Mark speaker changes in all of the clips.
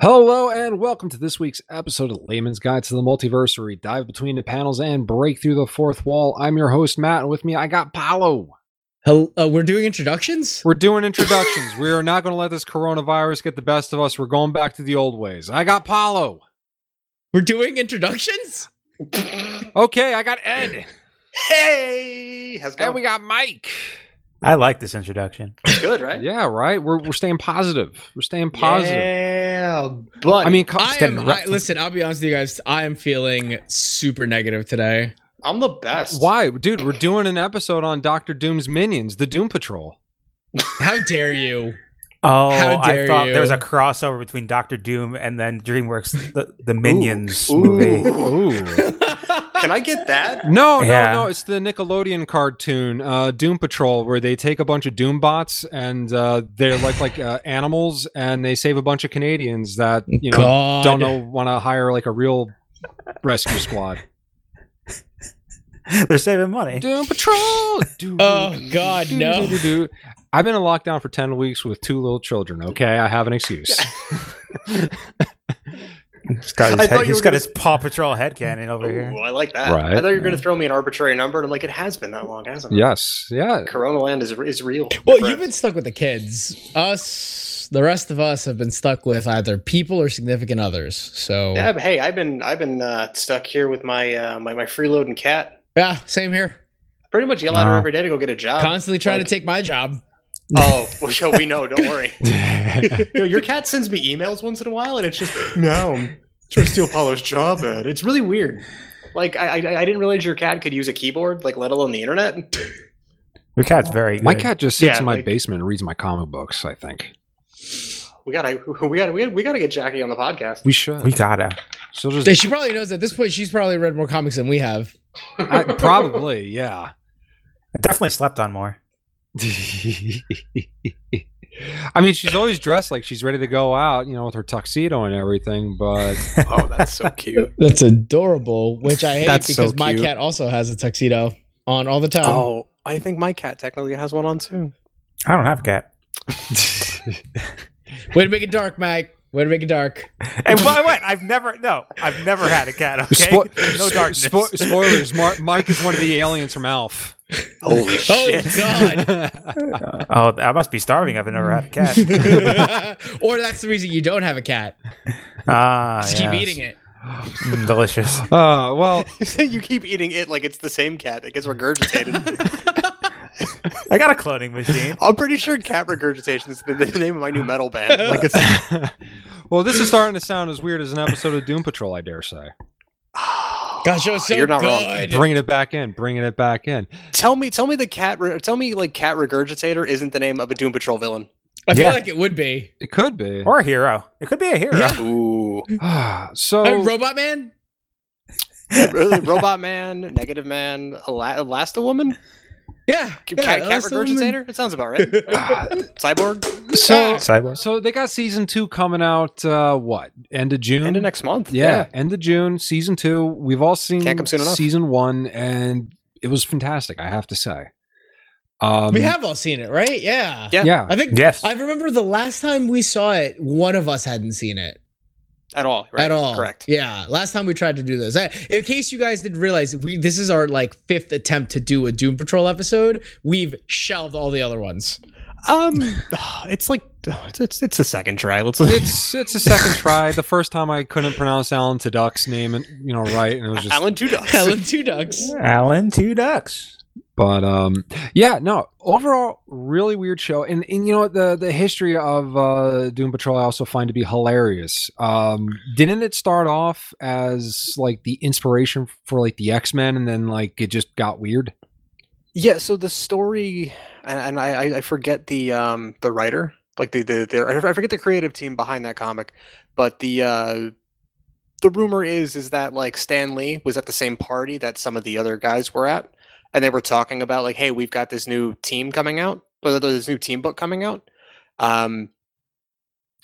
Speaker 1: Hello and welcome to this week's episode of Layman's Guide to the Multiverse, where we dive between the panels and break through the fourth wall. I'm your host, Matt, and with me I got Paolo.
Speaker 2: Hello, uh, we're doing introductions.
Speaker 1: We're doing introductions. we are not going to let this coronavirus get the best of us. We're going back to the old ways. I got Paolo.
Speaker 2: We're doing introductions.
Speaker 1: Okay, I got Ed.
Speaker 3: Hey, how's it
Speaker 1: And
Speaker 3: going?
Speaker 1: we got Mike.
Speaker 4: I like this introduction.
Speaker 3: Good, right?
Speaker 1: Yeah, right? We're, we're staying positive. We're staying positive.
Speaker 3: Yeah, but
Speaker 1: I mean, co-
Speaker 2: I am. I, listen, I'll be honest with you guys. I am feeling super negative today.
Speaker 3: I'm the best.
Speaker 1: why? Dude, we're doing an episode on Doctor Doom's minions, the Doom Patrol.
Speaker 2: How dare you?
Speaker 4: Oh,
Speaker 2: How
Speaker 4: I
Speaker 2: dare
Speaker 4: thought there was
Speaker 2: you.
Speaker 4: a crossover between Doctor Doom and then DreamWorks, the, the Minions
Speaker 3: Ooh.
Speaker 4: movie.
Speaker 1: Ooh.
Speaker 3: Can I get that?
Speaker 1: No,
Speaker 4: Yeah.
Speaker 1: no, no. It's the Nickelodeon cartoon, uh, Doom Patrol, where they take a bunch of Doom bots and uh, they're like like uh, animals, and they save a bunch of Canadians that you know
Speaker 2: God.
Speaker 1: don't know want to hire like a real rescue squad.
Speaker 4: They're saving money.
Speaker 1: Doom Patrol. Doo-
Speaker 2: Oh, God,
Speaker 1: doo-
Speaker 2: no.
Speaker 1: doo- doo- doo. I've been in lockdown for ten weeks with two little children. Okay, I have an excuse.
Speaker 4: He's got
Speaker 3: I thought
Speaker 4: his, head,
Speaker 3: you
Speaker 4: he's
Speaker 3: were
Speaker 4: got
Speaker 3: gonna-
Speaker 4: his Paw Patrol headcanon over
Speaker 3: Ooh,
Speaker 4: here.
Speaker 3: I like that.
Speaker 1: Right.
Speaker 3: I thought you were going to throw me an arbitrary number, and I'm like, it has been that long, hasn't it?
Speaker 1: yes, yeah.
Speaker 3: Corona Land is is real.
Speaker 2: Well,
Speaker 3: friends.
Speaker 2: you've been stuck with the kids. Us, the rest of us, have been stuck with either people or significant others. So
Speaker 3: Yeah,
Speaker 2: yeah,
Speaker 3: but hey, I've been I've been uh, stuck here with my uh, my my freeloading cat.
Speaker 2: same here.
Speaker 3: Pretty much yell at her
Speaker 4: Wow.
Speaker 3: every day to go get a job.
Speaker 2: Constantly trying
Speaker 3: like-
Speaker 2: to take my job.
Speaker 3: oh, well, yeah, we know. Don't worry. Yo, your cat sends me emails once in a while, and it's just no. I'm trying to steal Paulo's job, Ed. It's really weird. Like I, I I didn't realize your cat could use a keyboard, like let alone the internet.
Speaker 4: Your cat's very good.
Speaker 1: my cat just sits
Speaker 3: Yeah,
Speaker 1: in my
Speaker 3: like-
Speaker 1: basement and reads my comic books. I think
Speaker 3: We gotta, we gotta, we gotta, we gotta get Jackie on the podcast.
Speaker 1: we should.
Speaker 4: We gotta.
Speaker 1: She'll just
Speaker 2: She probably knows at this point. She's probably read more comics than we have.
Speaker 1: I, probably yeah.
Speaker 4: I definitely slept on more.
Speaker 1: I mean, she's always dressed like she's ready to go out, you know, with her tuxedo and everything. But
Speaker 3: oh, that's so cute.
Speaker 2: That's adorable. Which I hate
Speaker 3: That's so
Speaker 2: because my
Speaker 3: cute.
Speaker 2: cat also has a tuxedo on all the time.
Speaker 3: oh, I think my cat technically has one on too.
Speaker 4: I don't have a cat.
Speaker 2: Way to make it dark, Mike. Way to make it dark.
Speaker 4: And why what? I've never, no, I've never had a cat. Okay.
Speaker 1: Spo-
Speaker 4: no
Speaker 1: spo-
Speaker 4: darkness.
Speaker 1: spo- spoilers: Mar- Mike is one of the aliens from Alf.
Speaker 3: Holy
Speaker 2: Oh God!
Speaker 4: oh, I must be starving. I've never had a cat.
Speaker 2: or that's the reason you don't have a cat.
Speaker 4: Ah,
Speaker 2: Just keep
Speaker 4: yes.
Speaker 2: eating it.
Speaker 4: Mm, delicious.
Speaker 1: Uh, well,
Speaker 3: you keep eating it like it's the same cat that gets regurgitated.
Speaker 4: I got a cloning machine.
Speaker 3: I'm pretty sure cat regurgitation is the, the name of my new metal band. Like it's,
Speaker 1: well, this is starting to sound as weird as an episode of Doom Patrol, I dare say.
Speaker 2: Gosh, it was so
Speaker 3: Oh, you're not wrong.
Speaker 2: good.
Speaker 1: Bringing it back in, bringing it back in.
Speaker 3: Tell me, tell me the cat. Re- tell me like cat regurgitator isn't the name of a Doom Patrol villain.
Speaker 2: I feel
Speaker 4: Yeah.
Speaker 2: like it would be.
Speaker 1: It could be.
Speaker 4: Or a hero. It could be a hero.
Speaker 2: Yeah.
Speaker 3: Ooh,
Speaker 2: Uh,
Speaker 1: so
Speaker 2: Robot Man.
Speaker 3: really? Robot Man, Negative Man, Ela- Elastowoman,
Speaker 2: Yeah.
Speaker 3: cat,
Speaker 2: yeah,
Speaker 3: cat
Speaker 2: that's the woman.
Speaker 3: regurgitator. It sounds about right. Cyborg,
Speaker 1: so
Speaker 4: Cyborg.
Speaker 1: so they got season two coming out. Uh, what end of June?
Speaker 3: end of next month.
Speaker 1: yeah, end of June, season two. We've all seen
Speaker 3: Can't come soon enough.
Speaker 1: season one, and it was fantastic. I have to say. Um,
Speaker 2: we have all seen it, right? Yeah.
Speaker 3: Yeah.
Speaker 1: yeah.
Speaker 2: I think.
Speaker 4: Yes.
Speaker 2: I remember the last time we saw it, one of us hadn't seen it.
Speaker 3: at all. Right?
Speaker 2: at all.
Speaker 3: Correct.
Speaker 2: Yeah. Last time we tried to do this. I- In case you guys didn't realize, we this is our like fifth attempt to do a Doom Patrol episode. We've shelved all the other ones.
Speaker 3: Um, it's like it's it's a second try. Let's.
Speaker 1: It's it's a second try. The first time I couldn't pronounce Alan Tudyk's name, and you know, right, and it was just.
Speaker 3: Alan Tudyk.
Speaker 2: Helen Two Ducks.
Speaker 4: Alan Two Ducks.
Speaker 1: But um, yeah, no. Overall, really weird show, and and you know what, the the history of uh, Doom Patrol I also find to be hilarious. Um, didn't it start off as like the inspiration for like the X Men, and then like it just got weird?
Speaker 3: Yeah. So the story, and, and I I- I forget the um the writer, like the the, the I forget the creative team behind that comic, but the uh the rumor is is that like Stan Lee was at the same party that some of the other guys were at, and they were talking about like, hey, we've got this new team coming out, or this new team book coming out. Um,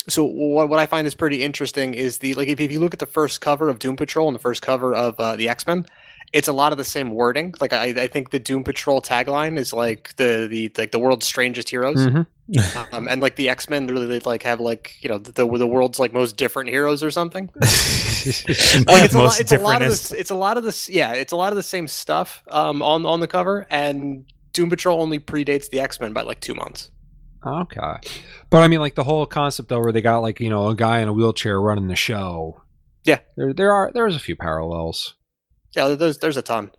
Speaker 3: so what what I find is pretty interesting is the like if, if you look at the first cover of Doom Patrol and the first cover of uh, the X Men, it's a lot of the same wording. Like I, I think the Doom Patrol tagline is like the the like the world's strangest heroes,
Speaker 1: Mhm.
Speaker 3: um, and like the X Men really they, like have like you know the the world's like most different heroes or something. Like it's a lot.
Speaker 4: Most
Speaker 3: It's a lot of
Speaker 4: differentest.
Speaker 3: this. It's a lot of this. Yeah, it's a lot of the same stuff um, on on the cover, and Doom Patrol only predates the X Men by like two months.
Speaker 1: Okay. But I mean, like the whole concept though, where they got like you know a guy in a wheelchair running the show.
Speaker 3: Yeah.
Speaker 1: there there are there's a few parallels.
Speaker 3: Yeah, there's there's a ton.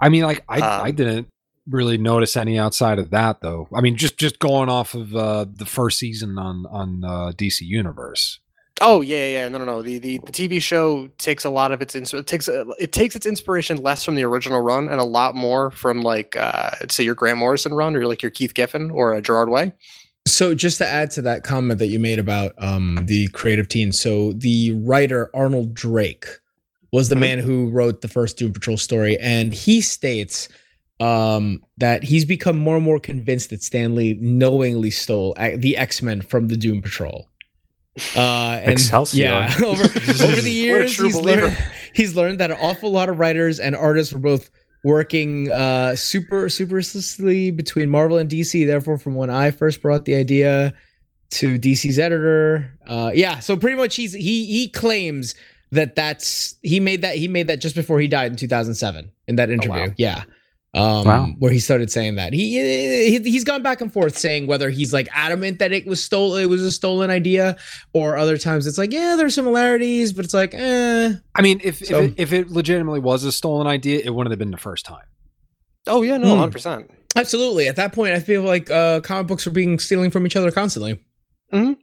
Speaker 1: I mean, like I I
Speaker 3: Um,
Speaker 1: didn't really notice any outside of that though. I mean, just just going off of uh, the first season on on uh, DC Universe.
Speaker 3: Oh yeah, yeah, yeah, no, no, no. The the, the TV show takes a lot of its ins- it takes a- it takes its inspiration less from the original run and a lot more from like uh, say your Grant Morrison run or like your Keith Giffen or uh, Gerard Way.
Speaker 2: So just to add to that comment that you made about um, the creative team, so the writer Arnold Drake was the man who wrote the first Doom Patrol story, and he states um, that he's become more and more convinced that Stanley knowingly stole uh, the X Men from the Doom Patrol. Uh, and
Speaker 4: Excelsior.
Speaker 2: yeah, over, over the
Speaker 3: We're a
Speaker 2: years,
Speaker 3: true
Speaker 2: he's
Speaker 3: believer.
Speaker 2: learned, he's learned that an awful lot of writers and artists were both working uh super superstitiously between Marvel and DC. Therefore, from when I first brought the idea to DC's editor, uh yeah, so pretty much he's he he claims that that's he made that he made that just before he died in 2007 in
Speaker 3: Oh,
Speaker 2: that interview. Yeah. Um,
Speaker 1: Wow.
Speaker 2: where he started saying that he, he he's gone back and forth saying whether he's like adamant that it was stolen, it was a stolen idea, or other times it's like yeah, there's similarities, but it's like eh,
Speaker 1: I mean, if
Speaker 2: So-
Speaker 1: if, it, if it legitimately was a stolen idea, it wouldn't have been the first time.
Speaker 3: Oh yeah, no,
Speaker 2: Hmm.
Speaker 3: hundred percent.
Speaker 2: Absolutely. At that point, I feel like uh, comic books were being stealing from each other constantly.
Speaker 3: Mhm.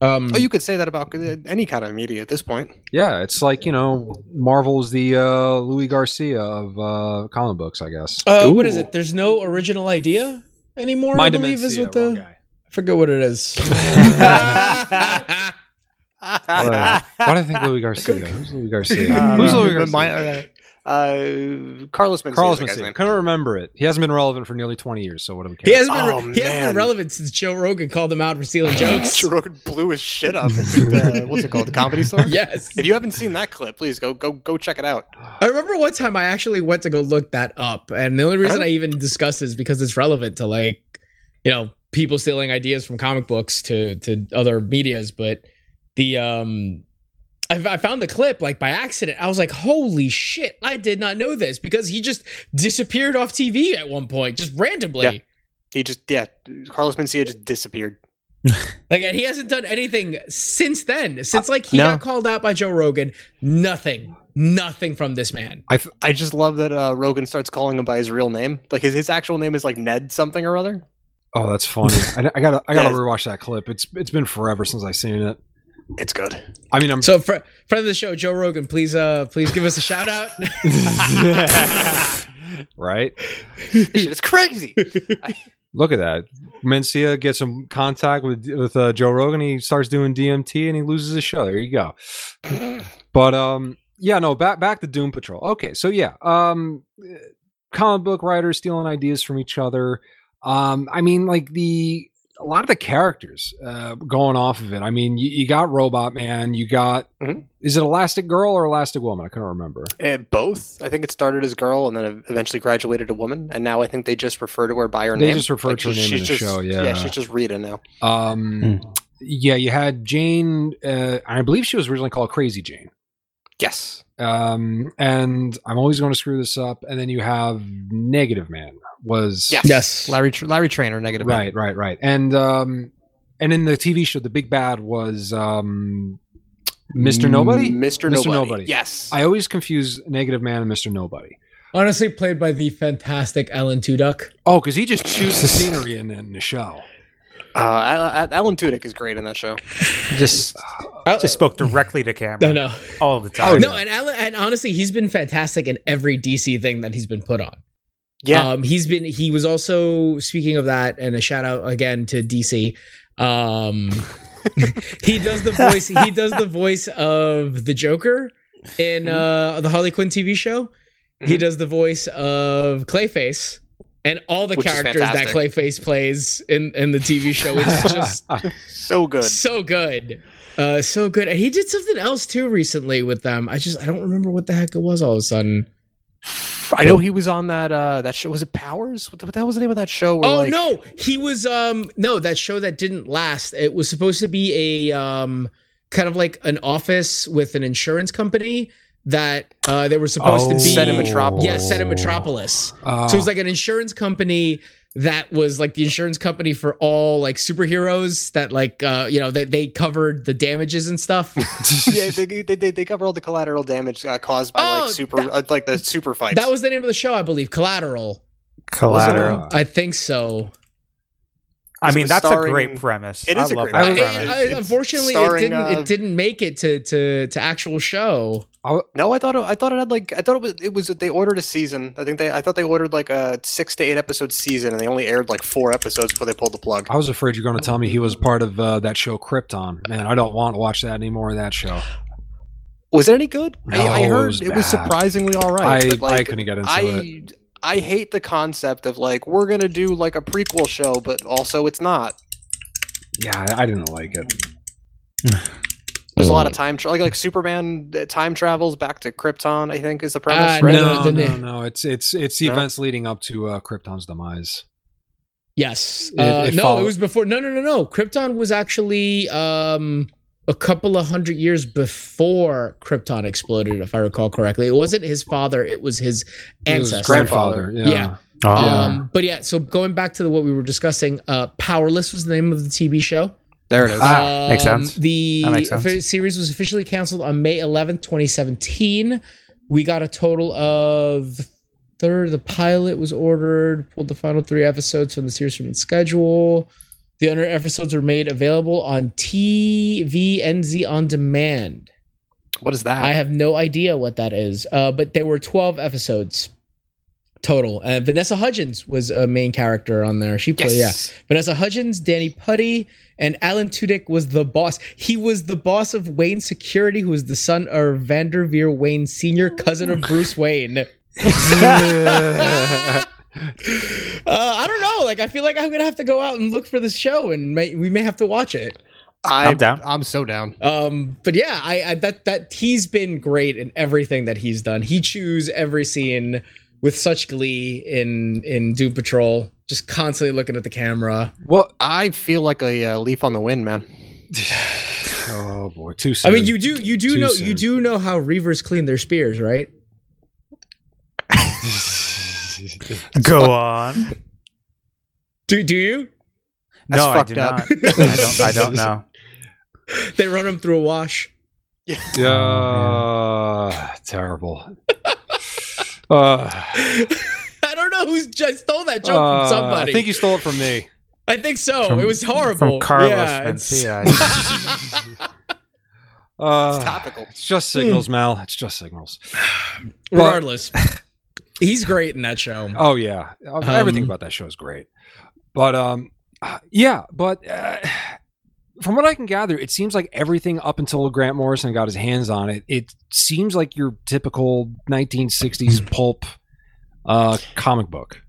Speaker 2: Um,
Speaker 3: Oh, you could say that about uh, any kind of media at this point.
Speaker 1: Yeah, it's like you know, Marvel's the uh, Louis Garcia of uh, comic books, I guess.
Speaker 2: uh, what is
Speaker 3: Ooh.
Speaker 2: it? There's no original idea anymore. I believe is what the I forget what it is.
Speaker 1: Why do I think Louis Garcia? Who's Louis Garcia?
Speaker 4: Uh,
Speaker 1: Who's
Speaker 4: no.
Speaker 1: Louis Garcia?
Speaker 3: uh, Carlos Mencia.
Speaker 1: Carlos
Speaker 3: is the guy's
Speaker 1: Mencia.
Speaker 3: name.
Speaker 1: Couldn't remember it. He hasn't been relevant for nearly 20 years, so what do we
Speaker 2: he
Speaker 1: care?
Speaker 2: hasn't been
Speaker 3: Oh,
Speaker 2: he hasn't
Speaker 3: man.
Speaker 2: been relevant since Joe Rogan called him out for stealing jokes.
Speaker 3: Joe Rogan blew his shit up. at, uh, what's it called? The Comedy Store.
Speaker 2: yes.
Speaker 3: If you haven't seen that clip, please go go go check it out.
Speaker 2: I remember one time I actually went to go look that up, and the only reason
Speaker 3: Oh.
Speaker 2: I even discussed it is because it's relevant to like, you know, people stealing ideas from comic books to to other media's. But the um, I, I found the clip like by accident. I was like, holy shit, I did not know this because he just disappeared off TV at one point, just randomly.
Speaker 3: Yeah. He just yeah, Carlos Mencia just disappeared.
Speaker 2: Like, and he hasn't done anything since then. Since like he
Speaker 3: no.
Speaker 2: got called out by Joe Rogan, nothing, nothing from this man.
Speaker 3: I just love that uh, Rogan starts calling him by his real name. Like his, his actual name is like Ned something or other.
Speaker 1: Oh, that's funny. I, I gotta I gotta
Speaker 3: Yes.
Speaker 1: rewatch that clip. It's it's been forever since I've seen it.
Speaker 3: It's good.
Speaker 1: I mean, I'm
Speaker 2: So, fr- friend of the show, Joe Rogan, please, uh, please give us a shout out.
Speaker 1: right.
Speaker 3: This shit is crazy.
Speaker 1: Look at that. Mencia gets in contact with with uh, Joe Rogan. He starts doing DMT and he loses his show. There you go. But um, yeah, no, back back to Doom Patrol. Okay, so yeah, um, eh, comic book writers stealing ideas from each other. Um, I mean, like the a lot of the characters uh, going off of it. I mean, you, you got Robot Man. You got
Speaker 3: Mhm.
Speaker 1: is it Elastic Girl or Elastic Woman? I couldn't remember.
Speaker 3: And both. I think it started as girl and then eventually graduated to woman, and now I think they just refer to her by her
Speaker 1: They
Speaker 3: name.
Speaker 1: just refer to her
Speaker 3: she's-
Speaker 1: name in
Speaker 3: she's
Speaker 1: the
Speaker 3: just-
Speaker 1: show, yeah.
Speaker 3: yeah, she's just Rita now.
Speaker 1: Um, Yeah, you had Jane. Uh, I believe she was originally called Crazy Jane.
Speaker 3: Yes.
Speaker 1: um and i'm always going to screw this up and then you have negative man was
Speaker 3: Yes.
Speaker 2: yes,
Speaker 3: Larry Tr- Larry Trainer negative.
Speaker 1: right right right and um and in the tv show the big bad was um mr nobody
Speaker 3: Mr.
Speaker 1: Mr.
Speaker 3: Nobody.
Speaker 1: Nobody.
Speaker 3: Yes.
Speaker 1: i always confuse negative man and mr nobody
Speaker 2: honestly, played by the fantastic Alan Tudyk.
Speaker 1: oh because he just chews the scenery in, in the show
Speaker 3: uh, Al- Al- Alan Tudyk is great in that show.
Speaker 4: just
Speaker 2: I,
Speaker 4: just spoke directly to
Speaker 2: no,
Speaker 4: camera
Speaker 2: no,
Speaker 4: all the
Speaker 1: Oh,
Speaker 4: time.
Speaker 2: no, and Alan, and honestly, he's been fantastic in every DC thing that he's been put on.
Speaker 3: Yeah.
Speaker 2: Um, he's been he was also speaking of that, and a shout out again to DC. Um, he does the voice. He does the voice of the Joker in
Speaker 3: Mm-hmm.
Speaker 2: uh, the Harley Quinn TV show. He
Speaker 3: Mhm.
Speaker 2: does the voice of Clayface and all the
Speaker 3: Which is
Speaker 2: characters that
Speaker 3: fantastic.
Speaker 2: Clayface plays in in the TV show. It's just
Speaker 3: so good.
Speaker 2: so good. Uh, so good. And he did something else too recently with them. I just I don't remember what the heck it was all of a sudden.
Speaker 3: I know he was on that uh that show. Was it Powers? What the, what the hell was the name of that show? where,
Speaker 2: Oh
Speaker 3: like-
Speaker 2: no, he was um no that show that didn't last. It was supposed to be a um kind of like an office with an insurance company that uh they were supposed to be
Speaker 3: Set
Speaker 4: Oh.
Speaker 3: in Oh, Metropolis.
Speaker 2: Yeah, set in Metropolis.
Speaker 1: Uh,
Speaker 2: So it was like an insurance company that was like the insurance company for all like superheroes that like uh you know they, they covered the damages and stuff.
Speaker 3: yeah, they, they, they, they cover all the collateral damage uh, caused by
Speaker 2: Oh,
Speaker 3: like super uh, like the super fights.
Speaker 2: that was the name of the show, I believe, Collateral.
Speaker 4: Collateral.
Speaker 1: Uh,
Speaker 2: I think so.
Speaker 4: I mean,
Speaker 3: was
Speaker 4: that's a
Speaker 3: starring-
Speaker 4: great premise.
Speaker 3: It is
Speaker 4: I
Speaker 3: a
Speaker 4: love
Speaker 3: great
Speaker 4: that
Speaker 2: It-
Speaker 1: premise.
Speaker 4: premise.
Speaker 2: I-
Speaker 3: It's
Speaker 2: unfortunately, it
Speaker 3: starring,
Speaker 2: didn't.
Speaker 3: uh,
Speaker 2: it didn't make it to to to actual show.
Speaker 3: no, I thought it, I thought it had like I thought it was it was that they ordered a season. I think they I thought they ordered like a six to eight episode season, and they only aired like four episodes before they pulled the plug.
Speaker 1: I was afraid you're going to tell me he was part of uh, that show Krypton. Man, I don't want to watch that anymore. That show,
Speaker 3: Was it any good? I, I
Speaker 1: No, it
Speaker 3: heard
Speaker 1: was
Speaker 3: it was
Speaker 1: bad.
Speaker 3: surprisingly all right.
Speaker 1: I
Speaker 3: but,
Speaker 1: I
Speaker 3: like,
Speaker 1: couldn't get into it.
Speaker 3: I I hate the concept of like we're gonna do like a prequel show, but also it's not.
Speaker 1: Yeah, I, I didn't like it.
Speaker 3: There's a lot of
Speaker 1: Mm.
Speaker 3: time tra- like like Superman uh, time travels back to Krypton. I think is the premise.
Speaker 2: Uh,
Speaker 3: right?
Speaker 1: No,
Speaker 2: the-
Speaker 1: no, no. It's it's it's the
Speaker 3: No?
Speaker 1: events leading up to uh, Krypton's demise.
Speaker 2: Yes.
Speaker 1: It-
Speaker 2: Uh,
Speaker 1: it
Speaker 2: no,
Speaker 1: followed-
Speaker 2: it was before. No, no, no, no. Krypton was actually um, a couple of hundred years before Krypton exploded, if I recall correctly. It wasn't his father; it was his
Speaker 1: It was
Speaker 2: ancestor.
Speaker 1: grandfather.
Speaker 3: Grandfather.
Speaker 1: Yeah.
Speaker 2: Yeah.
Speaker 4: Oh.
Speaker 2: Um, but yeah, so going back to the, what we were discussing, uh, Powerless was the name of the TV show.
Speaker 3: There it is.
Speaker 4: Ah, makes
Speaker 2: Um,
Speaker 4: sense.
Speaker 2: The
Speaker 4: That makes sense.
Speaker 2: offi- series was officially canceled on May 11th, 2017. We got a total of third. The pilot was ordered, pulled the final three episodes from the series from its schedule. The other episodes were made available on TVNZ on demand.
Speaker 3: What is that?
Speaker 2: I have no idea what that is, uh, but there were 12 episodes total. Uh, Vanessa Hudgens was a main character on there. She played, yeah. Vanessa Hudgens, Danny Putty, and Alan Tudyk was the boss. He was the boss of Wayne Security, who was the son of Vanderveer Wayne Sr., cousin of Bruce Wayne. uh, I don't know. Like, I feel like I'm gonna have to go out and look for this show, and may, we may have to watch it.
Speaker 3: I,
Speaker 4: I'm down.
Speaker 3: I'm so down.
Speaker 2: Um, but yeah, I, I that that he's been great in everything that he's done. He chews every scene with such glee in in Doom Patrol, just constantly looking at the camera.
Speaker 1: Well,
Speaker 3: I feel like a uh, leaf on the wind, man.
Speaker 1: oh boy, too
Speaker 2: I
Speaker 1: soon.
Speaker 2: mean, you do you do
Speaker 1: Too
Speaker 2: know you
Speaker 1: soon.
Speaker 2: do know how reavers clean their spears, right?
Speaker 3: Oh,
Speaker 4: Go on.
Speaker 2: Do do you?
Speaker 3: That's
Speaker 4: No, I
Speaker 3: fucked
Speaker 4: do
Speaker 3: up.
Speaker 4: not. I don't, I don't know.
Speaker 2: They run them through a wash.
Speaker 1: Yeah, terrible. Uh,
Speaker 2: I don't know who's just stole that joke
Speaker 1: uh,
Speaker 2: from somebody.
Speaker 1: I think you stole it from me.
Speaker 3: Oh,
Speaker 2: so.
Speaker 4: From-
Speaker 2: it was horrible.
Speaker 4: From Carlos
Speaker 2: Yeah, it's-
Speaker 4: Mencia.
Speaker 1: Uh,
Speaker 3: It's topical.
Speaker 1: It's just signals,
Speaker 2: Hmm.
Speaker 1: Mal. It's just signals.
Speaker 2: regardless, he's great in that show.
Speaker 1: Oh yeah, Uh, everything
Speaker 2: Um,
Speaker 1: about that show is great. But um, uh, yeah, but uh, from what I can gather, it seems like everything up until Grant Morrison got his hands on it, it seems like your typical 1960s pulp uh, comic book.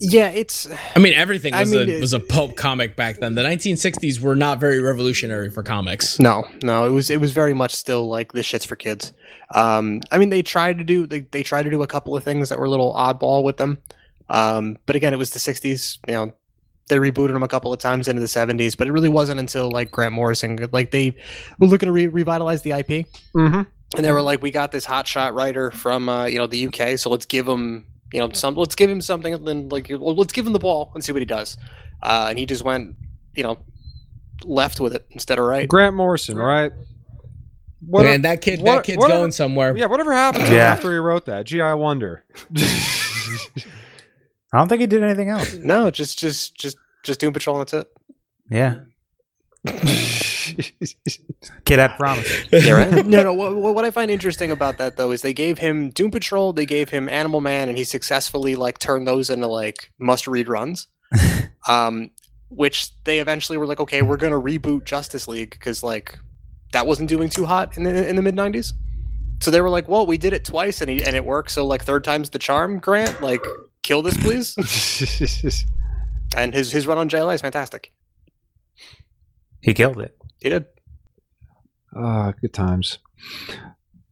Speaker 3: Yeah, it's
Speaker 2: I mean, everything
Speaker 3: I
Speaker 2: was
Speaker 3: mean,
Speaker 2: a
Speaker 3: it-
Speaker 2: was a pulp comic back then. The 1960s were not very revolutionary for comics.
Speaker 3: no, no. It was it was very much still like this shit's for kids. Um, I mean, they tried to do they, they tried to do a couple of things that were a little oddball with them. Um, but again, it was the '60s. You know, they rebooted them a couple of times into the '70s, but it really wasn't until like Grant Morrison, like they were looking to re- revitalize the IP,
Speaker 1: Mm-hmm.
Speaker 3: and they were like, "We got this hotshot writer from uh, you know the UK, so let's give him you know some, let's give him something, and then like you- well, let's give him the ball and see what he does." Uh, and he just went, you know, left with it instead of right.
Speaker 1: Grant Morrison, right? What?
Speaker 2: Man, that kid,
Speaker 1: what-
Speaker 2: that kid's
Speaker 1: what-
Speaker 2: going somewhere.
Speaker 1: yeah, whatever happened to him
Speaker 4: Yeah.
Speaker 1: after he wrote that? Gee, I wonder.
Speaker 4: I don't think he did anything else.
Speaker 3: No, just just just just Doom Patrol. and That's it.
Speaker 4: Yeah. Kid, I promise.
Speaker 3: no, no. What, what what I find interesting about that though is they gave him Doom Patrol, they gave him Animal Man, and he successfully like turned those into like must-read runs. um, which they eventually were like, okay, we're gonna reboot Justice League because like that wasn't doing too hot in the in the mid '90s. So they were like, well, we did it twice and he, and it worked. So like third time's the charm. Grant, like kill this please. and his his run on JLA is fantastic.
Speaker 4: He killed it.
Speaker 3: He did.
Speaker 1: Ah, good times.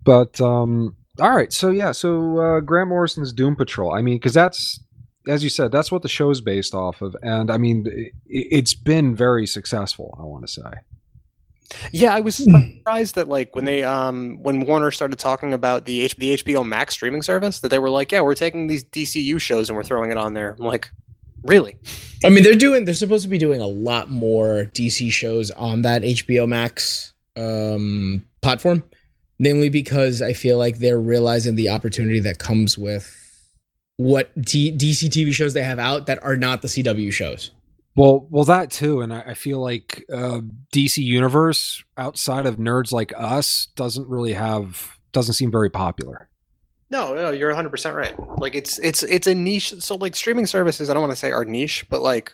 Speaker 1: But um, All right, so yeah, so uh, Grant Morrison's Doom Patrol. I mean, because that's as you said, that's what the show's based off of, and I mean, it, it's been very successful. I want to say.
Speaker 3: Yeah, I was surprised that like when they um when Warner started talking about the H- the HBO Max streaming service that they were like, yeah, we're taking these DCU shows and we're throwing it on there. I'm like, really?
Speaker 2: I mean, they're doing they're supposed to be doing a lot more DC shows on that HBO Max um, platform, namely because I feel like they're realizing the opportunity that comes with what D- DC TV shows they have out that are not the CW shows.
Speaker 1: Well, well, that too, and I, I feel like uh, DC Universe outside of nerds like us doesn't really have doesn't seem very popular.
Speaker 3: No, no, you're 100 percent right. Like it's it's it's a niche. So like streaming services, I don't want to say are niche, but like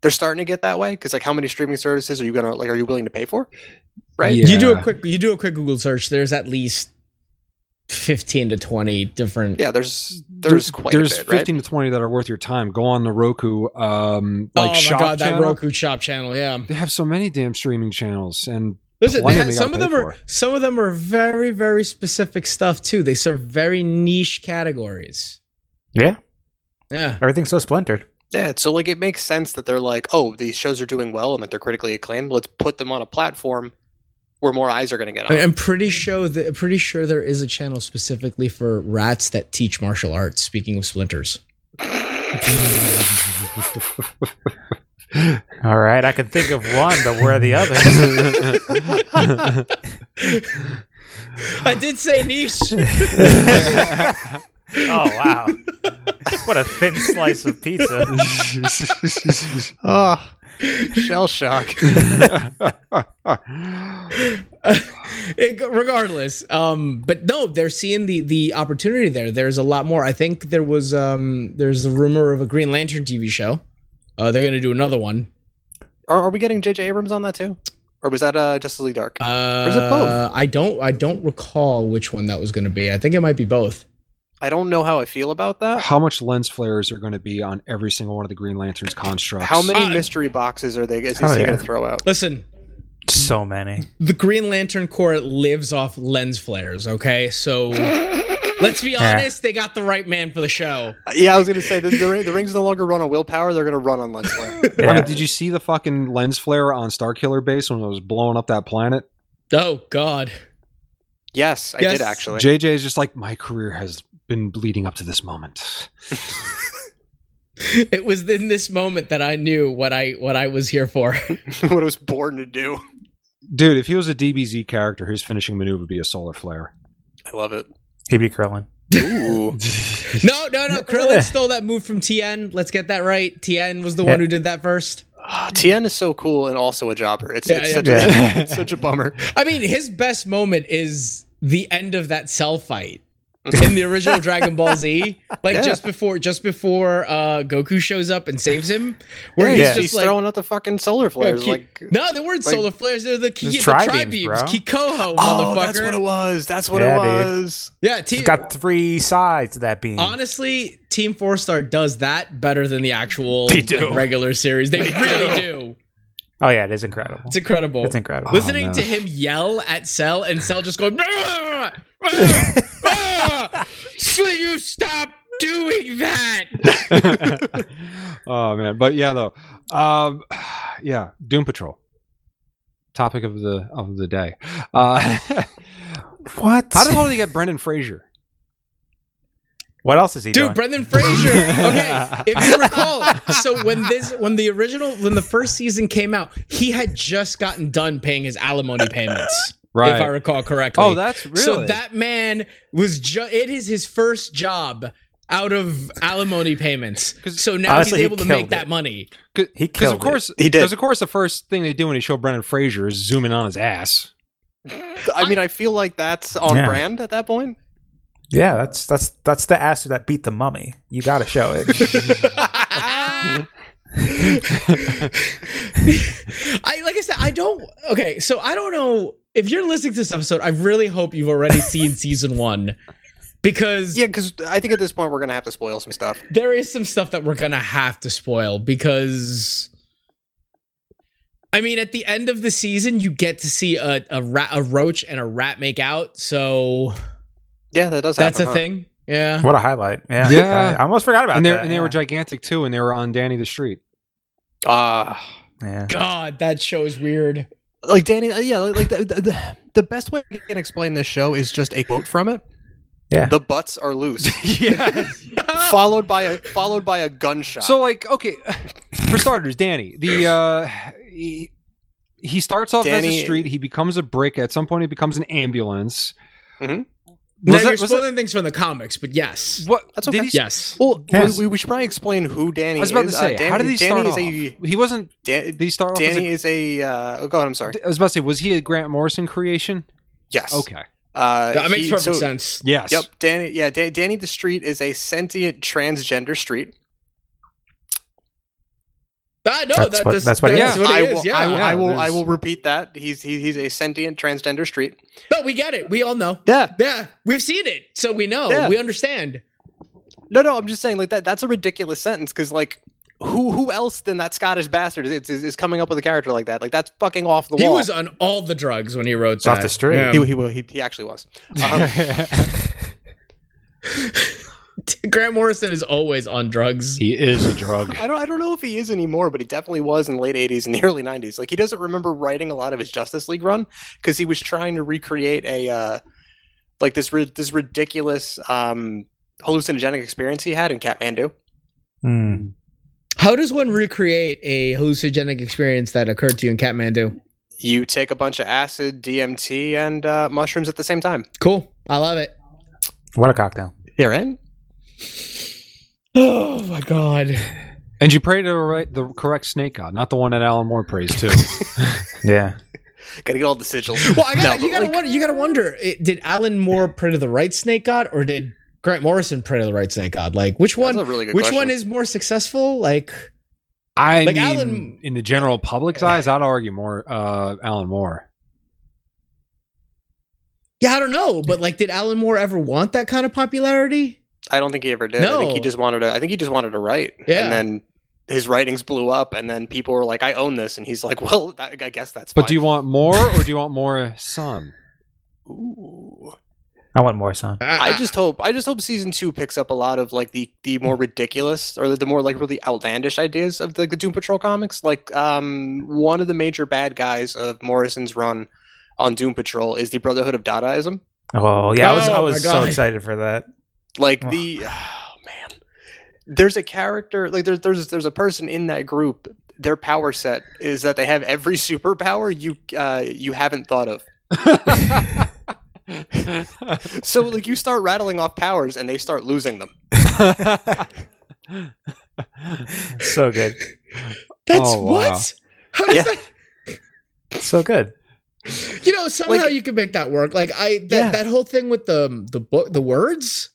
Speaker 3: they're starting to get that way because like how many streaming services are you gonna like? Are you willing to pay for? Right.
Speaker 1: Yeah.
Speaker 2: You do a quick you do a quick Google search. There's at least fifteen to twenty different.
Speaker 3: Yeah. There's there's quite
Speaker 1: there's
Speaker 3: a bit, right?
Speaker 1: 15 to 20 that are worth your time. Go on the Roku, um, like
Speaker 2: oh my
Speaker 1: shop
Speaker 2: god,
Speaker 1: channel.
Speaker 2: that Roku Shop channel. Yeah.
Speaker 1: They have so many damn streaming channels, and
Speaker 2: Listen,
Speaker 1: plenty
Speaker 2: they
Speaker 1: they
Speaker 2: had, some of
Speaker 1: gotta
Speaker 2: them
Speaker 1: pay
Speaker 2: are
Speaker 1: for.
Speaker 2: some of them are very very specific stuff too. They serve very niche categories.
Speaker 4: Yeah,
Speaker 2: Yeah.
Speaker 4: everything's so splintered.
Speaker 3: Yeah, so like it makes sense that they're like, oh, these shows are doing well and that they're critically acclaimed. Let's put them on a platform where more eyes are going to get
Speaker 2: I
Speaker 3: on.
Speaker 2: mean,
Speaker 3: it.
Speaker 2: I'm pretty sure that I'm pretty sure there is a channel specifically for rats that teach martial arts. Speaking of splinters,
Speaker 4: All right, I can think of one, but where are the others?
Speaker 2: I did say niche.
Speaker 4: oh wow, what a thin slice of pizza.
Speaker 3: Oh,
Speaker 1: Ah,
Speaker 3: shell shock.
Speaker 2: It- regardless, um, but no, they're seeing the the opportunity there. There's a lot more. I think there was um, there's a rumor of a Green Lantern TV show. Uh, they're gonna do another one.
Speaker 3: Are, are we getting J.J. Abrams on that too? Or was that uh, Justice League Dark?
Speaker 2: Uh,
Speaker 3: is it both?
Speaker 2: I don't I don't recall which one that was gonna be. I think it might be both.
Speaker 3: I don't know how I feel about that.
Speaker 1: How much lens flares are going to be on every single one of the Green Lanterns constructs?
Speaker 3: How many
Speaker 2: Uh,
Speaker 3: mystery boxes are they is he
Speaker 4: Oh, yeah.
Speaker 3: going to throw out?
Speaker 2: Listen,
Speaker 4: So many.
Speaker 2: the Green Lantern Corps lives off lens flares. Okay, so let's be
Speaker 4: Yeah.
Speaker 2: honest, they got the right man for the show.
Speaker 3: Yeah, I was going to say the, the, ring- the rings no longer run on willpower; they're going to run on lens flare.
Speaker 1: I mean,
Speaker 4: Yeah.
Speaker 1: did you see the fucking lens flare on Starkiller Base when it was blowing up that planet?
Speaker 2: Oh God,
Speaker 3: Yes, I
Speaker 2: Yes,
Speaker 3: did actually.
Speaker 1: JJ is just like, my career has been bleeding up to this moment.
Speaker 2: it was in this moment that I knew what I what I was here for.
Speaker 3: what I was born to do.
Speaker 1: Dude, if he was a DBZ character, his finishing maneuver would be a solar flare.
Speaker 3: I love it.
Speaker 4: He'd be curling.
Speaker 3: Ooh.
Speaker 2: No, no, no. Krillin stole that move from Tien. Let's get that right. Tien was the one who did that first.
Speaker 3: Ah, Tien is so cool and also a jobber. It's,
Speaker 2: Yeah,
Speaker 3: it's,
Speaker 2: yeah.
Speaker 3: such,
Speaker 4: Yeah.
Speaker 3: A, it's such a bummer.
Speaker 2: I mean, his best moment is the end of that cell fight in the original Dragon Ball Z, like
Speaker 3: Yeah.
Speaker 2: just before just before uh, Goku shows up and saves him, where
Speaker 4: Yeah,
Speaker 2: he's
Speaker 4: yeah.
Speaker 2: just
Speaker 3: He's
Speaker 2: like.
Speaker 3: throwing out the fucking solar flares.
Speaker 2: keep-
Speaker 3: like,
Speaker 2: no, they weren't
Speaker 3: like-
Speaker 2: solar flares. They're the, ki-
Speaker 4: It's
Speaker 2: the
Speaker 4: tri-beams,
Speaker 2: tri beams,
Speaker 4: bro.
Speaker 2: Kikoho,
Speaker 3: oh,
Speaker 2: motherfucker.
Speaker 3: that's what it was. That's what
Speaker 4: Yeah,
Speaker 3: it
Speaker 4: dude.
Speaker 3: was.
Speaker 2: yeah, T-
Speaker 4: He's got three sides to that beam.
Speaker 2: Honestly, Team Four Star does that better than the actual
Speaker 4: They do.
Speaker 2: like, regular series. They really do.
Speaker 4: Oh yeah, it is incredible.
Speaker 2: It's incredible.
Speaker 4: It's incredible.
Speaker 1: Oh,
Speaker 2: Listening
Speaker 1: no.
Speaker 2: to him yell at Cell and Cell just going, "Rah! Rah! Rah! Will you stop doing that?
Speaker 1: oh man, but yeah though. Um yeah, Doom Patrol. Topic of the of the day. Uh
Speaker 4: What?
Speaker 1: how the hell did they get Brendan Fraser?
Speaker 4: what else is he
Speaker 2: Dude,
Speaker 4: doing?
Speaker 2: Brendan Fraser. Okay, if you recall, so when this, when the original, when the first season came out, he had just gotten done paying his alimony payments, if I recall correctly.
Speaker 1: oh, that's really
Speaker 2: So that man was just, it is his first job out of alimony payments.
Speaker 1: 'Cause
Speaker 2: So now
Speaker 4: honestly, he
Speaker 2: he's able to make
Speaker 4: killed
Speaker 2: that
Speaker 4: it.
Speaker 2: money.
Speaker 4: he
Speaker 1: because
Speaker 4: killed
Speaker 1: of course
Speaker 3: He did.
Speaker 1: Because of course the first thing they do when they show Brendan Fraser is zoom in on his ass.
Speaker 3: I mean, I feel like that's on
Speaker 4: Yeah.
Speaker 3: brand at that point.
Speaker 4: It. Yeah, that's that's that's the acid that beat the mummy. You got to show it.
Speaker 2: I like I said, I don't okay, so I don't know if you're listening to this episode, I really hope you've already seen season one. Because
Speaker 3: Yeah, because I think at this point we're gonna have to spoil some stuff.
Speaker 2: there is some stuff that we're gonna have to spoil because I mean at the end of the season you get to see a, a rat a roach and a rat make out, so
Speaker 3: Yeah, that does.
Speaker 2: That's a
Speaker 3: happen, huh?
Speaker 2: thing. Yeah.
Speaker 4: What a highlight. Yeah.
Speaker 1: Yeah.
Speaker 4: I, I almost forgot about
Speaker 1: and they
Speaker 4: that.
Speaker 1: and they were
Speaker 4: yeah.
Speaker 1: gigantic too, and they were on Danny the Street.
Speaker 3: Ah,
Speaker 4: Yeah.
Speaker 2: God, that show is weird.
Speaker 3: like Danny. uh, Yeah, like the, the- the, the best way I can explain this show is just a quote from it.
Speaker 4: Yeah.
Speaker 3: The butts are loose,
Speaker 1: yeah.
Speaker 3: followed by a followed by a gunshot.
Speaker 1: So like, okay, for starters, Danny, the uh he, he starts off as
Speaker 3: Danny-
Speaker 1: a street, he becomes a brick, at some point he becomes an ambulance.
Speaker 3: Mhm.
Speaker 1: Was
Speaker 2: now
Speaker 1: that-
Speaker 2: you're
Speaker 1: was
Speaker 2: spoiling things from the comics, but yes.
Speaker 1: What
Speaker 3: That's
Speaker 1: did
Speaker 3: okay.
Speaker 1: he s-
Speaker 2: Yes.
Speaker 3: well,
Speaker 4: Yes.
Speaker 3: we, we should probably explain who Danny
Speaker 1: I was about to
Speaker 3: is. Uh,
Speaker 1: say, how did
Speaker 3: Danny-
Speaker 1: he start
Speaker 3: Danny
Speaker 1: off?
Speaker 3: is a-
Speaker 1: He wasn't
Speaker 3: Dan-
Speaker 1: did he start off
Speaker 3: Danny is a. Uh, oh, go ahead. I'm sorry.
Speaker 1: as a, I was about to say, was he a Grant Morrison creation?
Speaker 3: Yes.
Speaker 1: Okay.
Speaker 3: Uh,
Speaker 2: That makes
Speaker 3: he-
Speaker 2: perfect
Speaker 3: so-
Speaker 2: sense.
Speaker 1: Yes.
Speaker 3: Yep. Danny. Yeah. Dan, Danny the Street is a sentient transgender street.
Speaker 2: I know
Speaker 4: That's
Speaker 2: that,
Speaker 4: what-
Speaker 2: that's,
Speaker 4: that's what it
Speaker 1: is.
Speaker 2: what
Speaker 3: I
Speaker 2: it is.
Speaker 3: will.
Speaker 2: Yeah.
Speaker 3: I will. I
Speaker 1: yeah,
Speaker 3: will, I
Speaker 1: there's-
Speaker 3: will repeat that. He's he, he's a sentient transgender street.
Speaker 2: No, we get it. We all know.
Speaker 3: Yeah.
Speaker 2: Yeah. We've seen it. So we know.
Speaker 3: Yeah.
Speaker 2: We understand.
Speaker 3: No, no, I'm just saying like that. That's a ridiculous sentence because like who who else than that Scottish bastard is, is is coming up with a character like that? Like that's fucking off the
Speaker 2: He
Speaker 3: wall.
Speaker 2: was um, on all the drugs when he wrote
Speaker 4: Off
Speaker 2: that.
Speaker 4: the street.
Speaker 2: Yeah.
Speaker 3: he, he, he, he actually was. Um,
Speaker 2: Grant Morrison is always on drugs.
Speaker 1: he is a drug.
Speaker 3: I don't I don't know if he is anymore, but he definitely was in the late 80s and the early 90s. Like he doesn't remember writing a lot of his Justice League run because he was trying to recreate a uh like this ri- this ridiculous um hallucinogenic experience he had in Kathmandu.
Speaker 4: Hmm.
Speaker 2: How does one recreate a hallucinogenic experience that occurred to you in Kathmandu?
Speaker 3: You take a bunch of acid, DMT, and uh, mushrooms at the same time.
Speaker 2: Cool. I love it.
Speaker 4: What a cocktail.
Speaker 3: Yeah, right?
Speaker 2: Oh my god.
Speaker 1: And you pray to the, right, the correct snake god, not the one that Alan Moore prays to.
Speaker 4: Yeah.
Speaker 3: Gotta get all the sigils.
Speaker 2: Well, I gotta,
Speaker 3: No,
Speaker 2: you
Speaker 3: but,
Speaker 2: gotta
Speaker 3: like-
Speaker 2: wonder. You gotta wonder. it- did Alan Moore pray to the right snake god, or did Grant Morrison pray to the right snake god? Like, which
Speaker 3: That's
Speaker 2: one?
Speaker 3: a really good
Speaker 2: Which
Speaker 3: question.
Speaker 2: one is more successful? Like,
Speaker 1: I
Speaker 2: Like
Speaker 1: mean,
Speaker 2: Alan-
Speaker 1: in the general public's eyes, I'd argue more uh, Alan Moore.
Speaker 2: yeah, I don't know. But like, did Alan Moore ever want that kind of popularity?
Speaker 3: I don't think he ever did. I think he
Speaker 2: No.
Speaker 3: just wanted to. I think he just wanted to write.
Speaker 2: Yeah.
Speaker 3: And then his writings blew up, and then people were like, "I own this," and he's like, "Well, I, I guess that's."
Speaker 1: But
Speaker 3: fine."
Speaker 1: do you want more or do you want more sun?
Speaker 3: Ooh.
Speaker 4: I want more son.
Speaker 3: I just hope. I just hope season two picks up a lot of like the the more ridiculous or the, the more like really outlandish ideas of the, the Doom Patrol comics. Like, um, one of the major bad guys of Morrison's run on Doom Patrol is the Brotherhood of Dadaism.
Speaker 4: Oh yeah, I was
Speaker 2: Oh,
Speaker 4: I
Speaker 2: my
Speaker 4: was so
Speaker 2: God.
Speaker 4: excited for that.
Speaker 3: like
Speaker 4: Ugh.
Speaker 3: the oh man there's a character like there's there's there's a person in that group their power set is that they have every superpower you uh you haven't thought of so like you start rattling off powers and they start losing them
Speaker 4: So good.
Speaker 2: That's
Speaker 1: Oh, wow.
Speaker 2: what? How does
Speaker 3: Yeah.
Speaker 2: that?
Speaker 4: So good.
Speaker 2: You know, somehow
Speaker 3: Like-
Speaker 2: you could make that work. Like I, that,
Speaker 3: Yeah.
Speaker 2: that whole thing with the the book, the words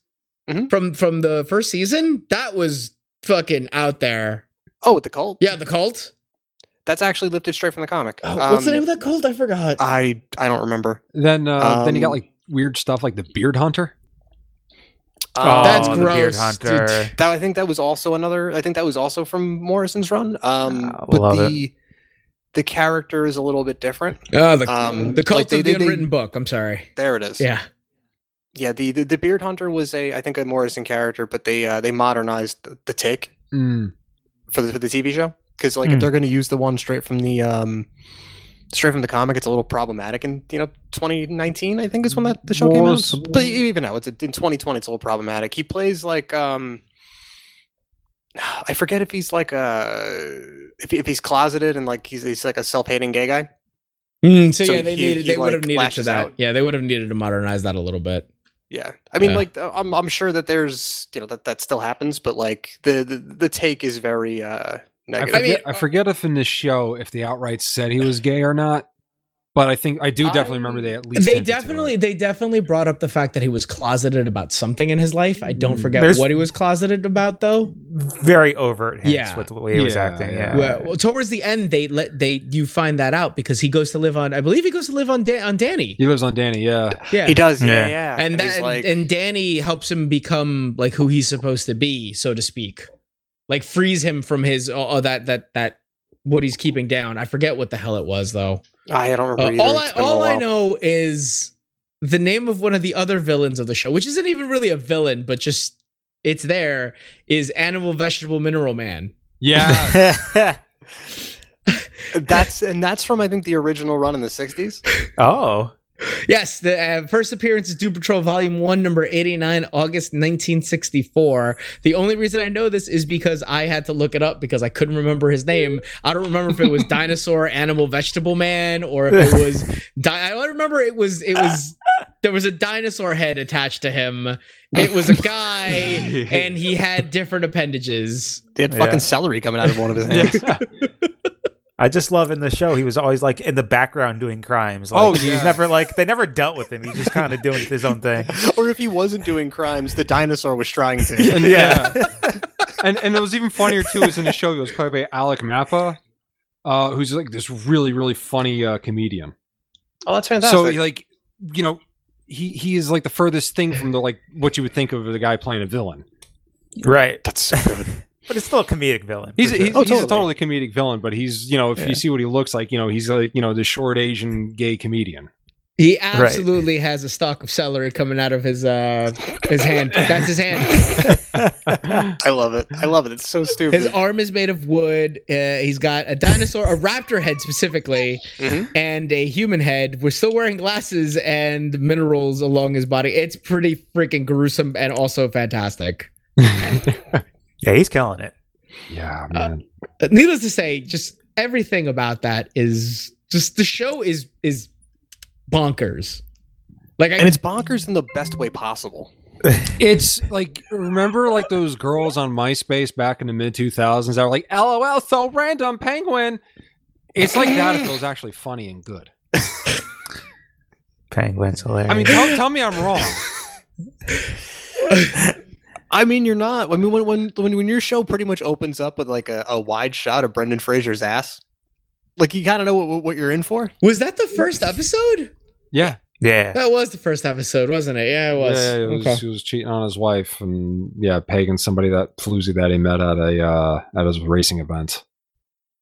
Speaker 3: Mhm.
Speaker 2: from from the first season, that was fucking out there.
Speaker 3: oh with the cult
Speaker 2: Yeah, the cult.
Speaker 3: that's actually lifted straight from the comic Um,
Speaker 2: Oh, what's the name of that cult? I forgot.
Speaker 3: i i don't remember
Speaker 1: then uh, then you got
Speaker 3: Um,
Speaker 1: like weird stuff like the beard hunter.
Speaker 3: Um,
Speaker 2: That's
Speaker 4: Oh, the Beard
Speaker 2: gross,
Speaker 4: hunter.
Speaker 2: dude.
Speaker 3: that i think that was also another i think that was also from morrison's run um
Speaker 4: Ah,
Speaker 3: but
Speaker 4: love it.
Speaker 3: the the character is a little bit different
Speaker 2: oh, the,
Speaker 3: um,
Speaker 2: the cult
Speaker 3: like, they-
Speaker 2: of the
Speaker 3: they- they-
Speaker 2: unwritten book. I'm sorry.
Speaker 3: there it is
Speaker 2: Yeah.
Speaker 3: Yeah, the, the the Beard Hunter was a I think a Morrison character, but they uh, they modernized the, the Tick
Speaker 1: Mm.
Speaker 3: for the for the TV show because like
Speaker 4: Hmm.
Speaker 3: if they're going to use the one straight from the um straight from the comic, it's a little problematic. And you know, 2019 I think is when that the show came out.
Speaker 1: Possible.
Speaker 3: But e- even now, it's in 2020, it's a little problematic. He plays like um I forget if he's like a if, if he's closeted and like he's he's like a self hating gay guy.
Speaker 2: Hmm, so,
Speaker 3: So
Speaker 2: yeah, they
Speaker 3: he-
Speaker 2: needed.
Speaker 3: he,
Speaker 2: They would
Speaker 3: like,
Speaker 2: have needed to
Speaker 3: lashes
Speaker 2: that.
Speaker 3: out.
Speaker 2: Yeah, they would have needed to modernize that a little bit.
Speaker 3: Yeah, I mean,
Speaker 2: Yeah.
Speaker 3: like, uh, I'm I'm sure that there's you know that that still happens, but like the the, the take is very uh
Speaker 1: I
Speaker 3: negative.
Speaker 1: forget, I,
Speaker 2: mean,
Speaker 1: forget if in the show if they outright said he was gay or not, but I think I do definitely remember they at least
Speaker 2: They
Speaker 1: hinted to it.
Speaker 2: definitely, they definitely brought up the fact that he was closeted about something in his life. I don't
Speaker 1: Mm.
Speaker 2: forget
Speaker 4: There's-
Speaker 2: what he was closeted about though.
Speaker 4: Very overt hints
Speaker 2: Yeah.
Speaker 4: with the way he was
Speaker 1: Yeah,
Speaker 4: acting.
Speaker 1: yeah.
Speaker 4: Yeah.
Speaker 2: Well, well, towards the end, they let they you find that out because he goes to live on. I believe he goes to live on Dan, on Danny.
Speaker 1: he lives on Danny. Yeah,
Speaker 2: Yeah,
Speaker 3: He does, yeah,
Speaker 4: Yeah.
Speaker 3: yeah.
Speaker 2: and
Speaker 3: he's
Speaker 2: that
Speaker 3: like,
Speaker 2: and Danny helps him become like who he's supposed to be, so to speak. Like frees him from his oh, oh that that that what he's keeping down. I forget what the hell it was though.
Speaker 3: I don't
Speaker 2: Uh,
Speaker 3: remember. either.
Speaker 2: all I
Speaker 3: It's been a
Speaker 2: all I
Speaker 3: while.
Speaker 2: know is the name of one of the other villains of the show, which isn't even really a villain, but just it's there, is Animal Vegetable Mineral Man.
Speaker 1: Yeah.
Speaker 3: That's and that's from I think the original run in the '60s.
Speaker 4: oh,
Speaker 2: Yes, the uh, first appearance is Doom Patrol Volume 1, number 89, August 1964. The only reason I know this is because I had to look it up because I couldn't remember his name. I don't remember if it was Dinosaur Animal Vegetable Man or if it was di- I remember it was it was there was a dinosaur head attached to him. It was a guy and he had different appendages.
Speaker 3: They had
Speaker 4: Yeah.
Speaker 3: fucking celery coming out of one of his hands.
Speaker 1: Yeah.
Speaker 4: I just love in the show he was always like in the background doing crimes. Like,
Speaker 1: Oh, yeah.
Speaker 4: he's never like they never dealt with him. He's just kind of doing his own thing.
Speaker 3: or if he wasn't doing crimes, the dinosaur was trying to.
Speaker 1: And,
Speaker 4: Yeah.
Speaker 1: and and it was even funnier too. Is in the show he was played by Alec Mappa, uh, who's like this really really funny uh, comedian.
Speaker 3: Oh, that's
Speaker 1: So
Speaker 3: fantastic.
Speaker 1: like you know he he is like the furthest thing from the like what you would think of the guy playing a villain.
Speaker 4: right,
Speaker 3: that's so good.
Speaker 4: but it's still a comedic villain. for
Speaker 1: He's a,
Speaker 4: sure.
Speaker 1: he's,
Speaker 3: Oh,
Speaker 1: he's a totally comedic villain, but he's you know if
Speaker 4: Yeah.
Speaker 1: you see what he looks like, you know he's like you know the short Asian gay comedian.
Speaker 2: He absolutely has a stalk of celery coming out of his uh his hand. That's his hand.
Speaker 3: I love it. I love it. It's so stupid.
Speaker 2: His arm is made of wood. Uh, he's got a dinosaur, a raptor head specifically,
Speaker 3: Mhm.
Speaker 2: and a human head. We're still wearing glasses and minerals along his body. It's pretty freaking gruesome and also fantastic.
Speaker 4: yeah, he's killing it.
Speaker 1: Yeah, man.
Speaker 2: Uh, Needless to say, just everything about that is just the show is is bonkers. Like I,
Speaker 3: and it's bonkers in the best way possible.
Speaker 1: it's like remember like those girls on MySpace back in the mid two thousands that were like, "LOL, so random, penguin." It's like that if it was actually funny and good.
Speaker 4: Penguins hilarious.
Speaker 1: I mean, tell, tell me I'm wrong.
Speaker 3: I mean, you're not. I mean, when when when, when your show pretty much opens up with like a, a wide shot of Brendan Fraser's ass, like you kind of know what, what you're in for.
Speaker 2: was that the first episode?
Speaker 1: Yeah,
Speaker 4: yeah.
Speaker 2: That was the first episode, wasn't it? Yeah, it was.
Speaker 1: yeah, he was,
Speaker 2: Okay.
Speaker 1: he was cheating on his wife, and yeah, pegging somebody that floozy that he met at a uh, at his racing event.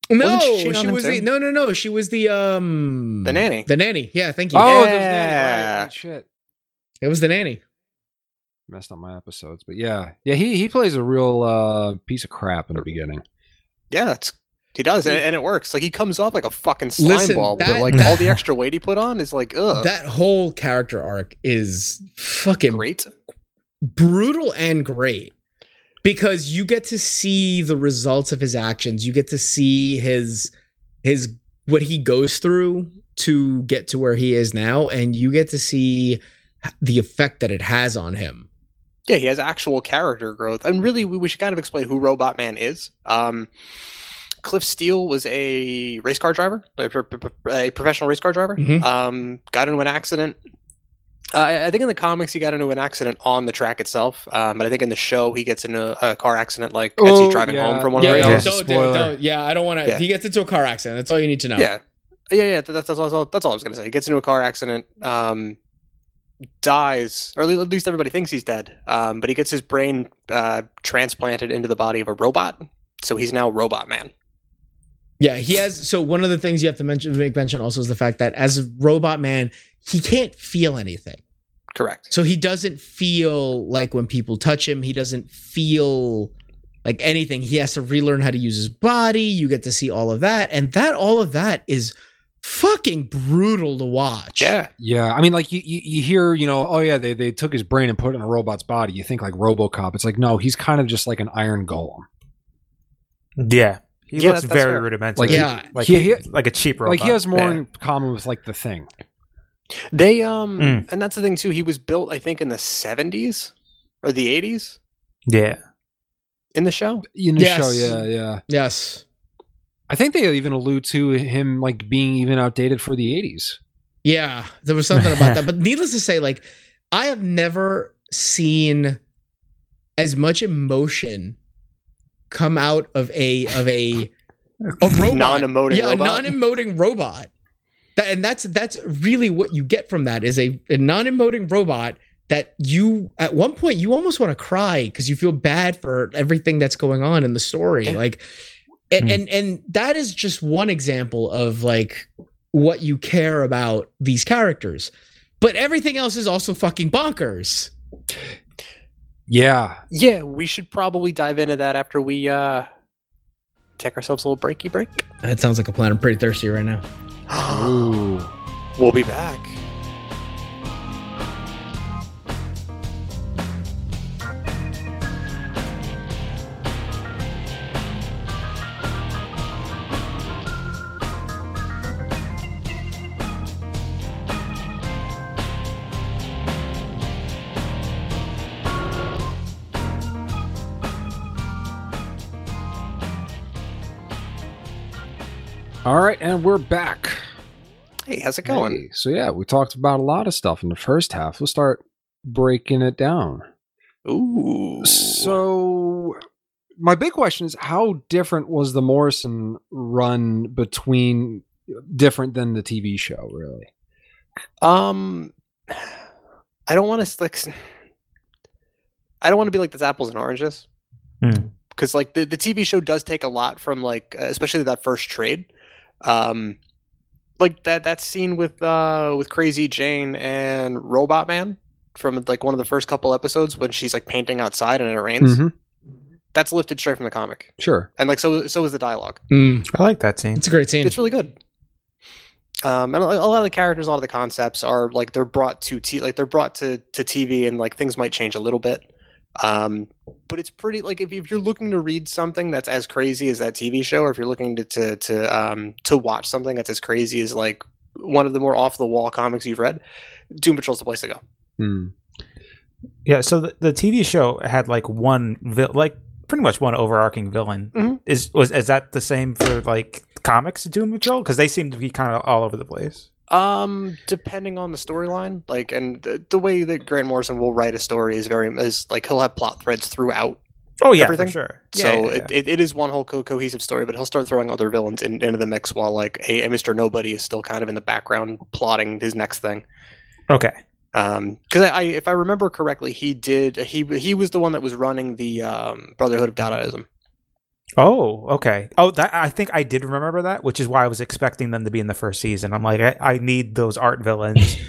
Speaker 2: No,
Speaker 3: Wasn't she
Speaker 2: she,
Speaker 3: cheating on him
Speaker 2: was the
Speaker 3: too?
Speaker 2: no, no, no. She was the um
Speaker 3: The nanny.
Speaker 2: The nanny. Yeah, thank you.
Speaker 1: Oh, there's Nanny,
Speaker 3: Yeah.
Speaker 1: right, right, shit.
Speaker 2: It was the nanny.
Speaker 1: Messed up my episodes, but yeah, yeah, he he plays a real uh, piece of crap in the beginning.
Speaker 3: Yeah, that's he does, and, and it works. Like he comes off like a fucking slime
Speaker 2: Listen,
Speaker 3: ball. with
Speaker 2: that-
Speaker 3: like
Speaker 2: that-
Speaker 3: all the extra weight he put on is like ugh,
Speaker 2: That whole character arc is fucking
Speaker 3: great.
Speaker 2: brutal and great because you get to see the results of his actions. You get to see his his what he goes through to get to where he is now, and you get to see the effect that it has on him.
Speaker 3: Yeah, he has actual character growth. And really, we, we should kind of explain who Robot Man is. Um, Cliff Steele was a race car driver, a, pro- pro- pro- a professional race car driver.
Speaker 2: Mhm.
Speaker 3: Um, got into an accident. Uh, I- I think in the comics, he got into an accident on the track itself. Um, but I think in the show, he gets in a, a car accident like as
Speaker 1: Oh,
Speaker 3: he's driving
Speaker 1: yeah.
Speaker 3: home from one
Speaker 1: Yeah,
Speaker 3: of the
Speaker 1: yeah.
Speaker 3: races.
Speaker 1: don't- Spoiler. don't-
Speaker 2: yeah, I don't want
Speaker 3: Yeah.
Speaker 2: He gets into a car accident. That's all you need to know.
Speaker 3: Yeah. Yeah, yeah, that- that's, that's, all, that's all I was going to say. He gets into a car accident, um, dies, or at le- at least everybody thinks he's dead, um, but he gets his brain uh, transplanted into the body of a robot. So he's now Robot Man.
Speaker 2: Yeah, he has. So one of the things you have to mention, make mention also is the fact that as a robot man, he can't feel anything.
Speaker 3: Correct.
Speaker 2: So he doesn't feel like when people touch him, he doesn't feel like anything. He has to relearn how to use his body. You get to see all of that, and that all of that is fucking brutal to watch.
Speaker 3: Yeah.
Speaker 1: Yeah, I mean, like you, you, you hear, you know, oh yeah, they, they took his brain and put it in a robot's body. You think like RoboCop. It's like no, he's kind of just like an iron golem.
Speaker 4: yeah. He
Speaker 3: Yeah,
Speaker 4: looks
Speaker 3: that- that's
Speaker 4: very
Speaker 3: fair.
Speaker 4: rudimentary.
Speaker 1: Like,
Speaker 2: yeah.
Speaker 4: like
Speaker 1: he- he-
Speaker 4: like a cheap robot.
Speaker 1: Like he has more
Speaker 4: Yeah.
Speaker 1: in common with like the thing.
Speaker 3: They um
Speaker 4: Mm.
Speaker 3: and that's the thing too. He was built, I think, in the seventies or the eighties
Speaker 4: Yeah.
Speaker 3: in the show.
Speaker 1: In the show,
Speaker 2: Yes.
Speaker 1: yeah, yeah.
Speaker 2: Yes.
Speaker 1: I think they even allude to him like being even outdated for the '80s.
Speaker 2: Yeah, there was something about that. But needless to say, like I have never seen as much emotion come out of a of a a robot.
Speaker 3: Non-emoting
Speaker 2: yeah,
Speaker 3: robot.
Speaker 2: a non-emoting robot. That, and that's that's really what you get from that is a, a non-emoting robot that you at one point you almost want to cry because you feel bad for everything that's going on in the story.
Speaker 3: Yeah.
Speaker 2: Like and,
Speaker 4: Hmm.
Speaker 2: and and that is just one example of like what you care about these characters. But everything else is also fucking bonkers.
Speaker 1: Yeah.
Speaker 3: Yeah, we should probably dive into that after we uh take ourselves a little breaky break.
Speaker 2: That sounds like a plan. I'm pretty thirsty right now.
Speaker 1: Ooh.
Speaker 3: we'll be back.
Speaker 1: All right, and we're back.
Speaker 3: Hey, how's it going?
Speaker 1: Hey, so yeah, we talked about a lot of stuff in the first half. We'll start breaking it down.
Speaker 3: Ooh.
Speaker 1: So my big question is how different was the Morrison run between different than the TV show, really?
Speaker 3: Um, I don't want to like. s- I don't want to be like this apples and oranges,
Speaker 4: Hmm.
Speaker 3: because like the, the TV show does take a lot from like uh, especially that first trade, um, like that that scene with uh with Crazy Jane and Robot Man from like one of the first couple episodes when she's like painting outside and it rains.
Speaker 1: Mhm,
Speaker 3: That's lifted straight from the comic,
Speaker 1: Sure.
Speaker 3: and like so so is the dialogue.
Speaker 4: I like that scene.
Speaker 2: Mm, it's a great scene.
Speaker 3: It's really good. Um, and a a lot of the characters, a lot of the concepts are like they're brought to t like they're brought to to TV, and like things might change a little bit. Um, but it's pretty like if, if you're looking to read something that's as crazy as that TV show, or if you're looking to to to um to watch something that's as crazy as like one of the more off the wall comics you've read, Doom Patrol's the place to go.
Speaker 1: Mm.
Speaker 4: Yeah, so the, the TV show had like one vil- like pretty much one overarching villain.
Speaker 3: Mhm.
Speaker 4: Is was is that the same for like comics Doom Patrol? Because they seem to be kind of all over the place.
Speaker 3: Um, depending on the storyline, like and the, the way that Grant Morrison will write a story is very is like he'll have plot threads throughout
Speaker 4: Oh yeah,
Speaker 3: Everything?
Speaker 4: for sure.
Speaker 3: So
Speaker 4: Yeah, yeah,
Speaker 3: It, it, it is one whole co- cohesive story, but he'll start throwing other villains in, into the mix while like a, a Mr. Nobody is still kind of in the background plotting his next thing.
Speaker 4: yeah. okay.
Speaker 3: Because I, I, if I remember correctly, he did he he was the one that was running the um, Brotherhood of Dadaism.
Speaker 4: Oh, okay. Oh, that I think I did remember that, which is why I was expecting them to be in the first season. I'm like, I, I need those art villains,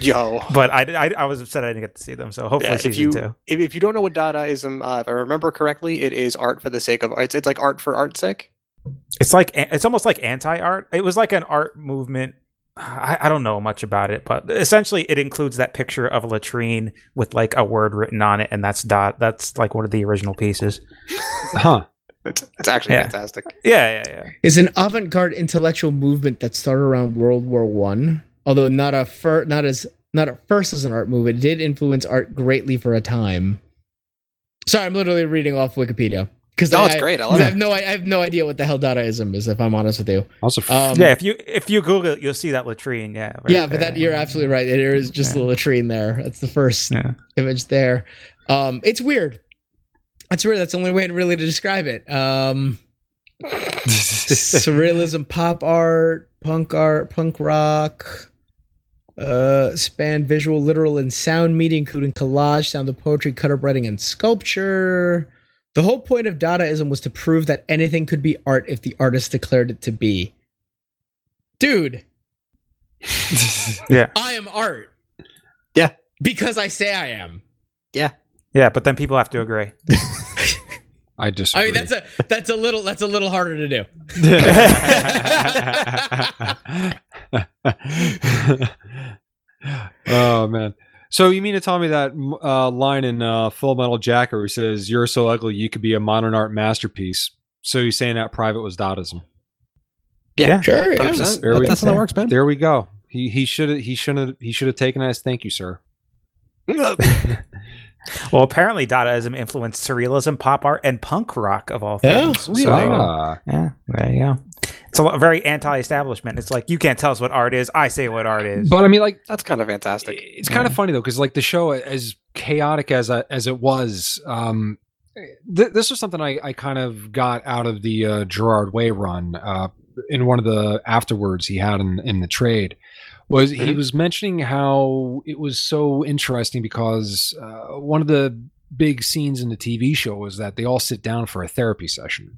Speaker 3: Yo,
Speaker 4: but I, I I was upset I didn't get to see them. So hopefully
Speaker 3: Yeah, if
Speaker 4: season
Speaker 3: you-
Speaker 4: two.
Speaker 3: if, if you don't know what Dadaism, uh, if I remember correctly, it is art for the sake of it's it's like art for art's sake.
Speaker 4: It's like a- it's almost like anti art. It was like an art movement. I, I don't know much about it, but essentially it includes that picture of a latrine with like a word written on it, and that's dot. That's like one of the original pieces.
Speaker 1: Huh.
Speaker 3: It's, it's actually
Speaker 4: Yeah.
Speaker 3: fantastic.
Speaker 4: Yeah, yeah, yeah.
Speaker 2: It's an avant-garde intellectual movement that started around World War One, although not a fir- not as not at first as an art movement. It did influence art greatly for a time. Sorry, I'm literally reading off Wikipedia because
Speaker 3: No,
Speaker 2: I,
Speaker 3: it's great. I
Speaker 2: I
Speaker 3: love
Speaker 2: have
Speaker 3: it.
Speaker 2: no I have no idea what the hell Dadaism is. If I'm honest with you,
Speaker 1: Also, f-
Speaker 2: Um,
Speaker 4: yeah, if you if you Google it, you'll see that latrine. Yeah. right
Speaker 2: yeah, but
Speaker 4: there.
Speaker 2: that you're absolutely right. There is just the latrine there. That's the first
Speaker 4: Yeah.
Speaker 2: image there. Um, it's weird. It's weird. That's the only way to really to describe it. Um, surrealism, pop art, punk art, punk rock, uh, span visual, literal, and sound media, including collage, sound of poetry, cut up writing, and sculpture. The whole point of Dadaism was to prove that anything could be art if the artist declared it to be. Dude, I am art.
Speaker 3: Yeah.
Speaker 2: Because I say I am.
Speaker 4: Yeah, but then people have to agree.
Speaker 1: I just.
Speaker 2: I mean that's a that's a little that's a little harder to do.
Speaker 1: oh man. So you mean to tell me that m- uh, line in uh, Full Metal Jacket where he says, "You're so ugly, you could be a modern art masterpiece." So you're saying that private was Dadaism?
Speaker 4: Yeah.
Speaker 2: Sure.
Speaker 3: yeah.
Speaker 1: There we,
Speaker 4: that's how that works,
Speaker 1: man. There we go. He he should he shouldn't he should have taken it as thank you, sir.
Speaker 4: Well, apparently Dadaism influenced surrealism, pop art, and punk rock of all
Speaker 2: Yeah.
Speaker 4: things. So-
Speaker 1: uh,
Speaker 4: yeah, there you go. It's a lo- very anti-establishment. It's like you can't tell us what art is. I say what art is.
Speaker 1: but I mean, like
Speaker 3: That's kind of fantastic.
Speaker 1: It's kind of funny though, because like the show, as chaotic as I, as it was, um, th- this was something I, I kind of got out of the uh, Gerard Way run. Uh, in one of the afterwards he had in in the trade, was he
Speaker 3: Mhm.
Speaker 1: was mentioning how it was so interesting because uh, one of the big scenes in the TV show was that they all sit down for a therapy session.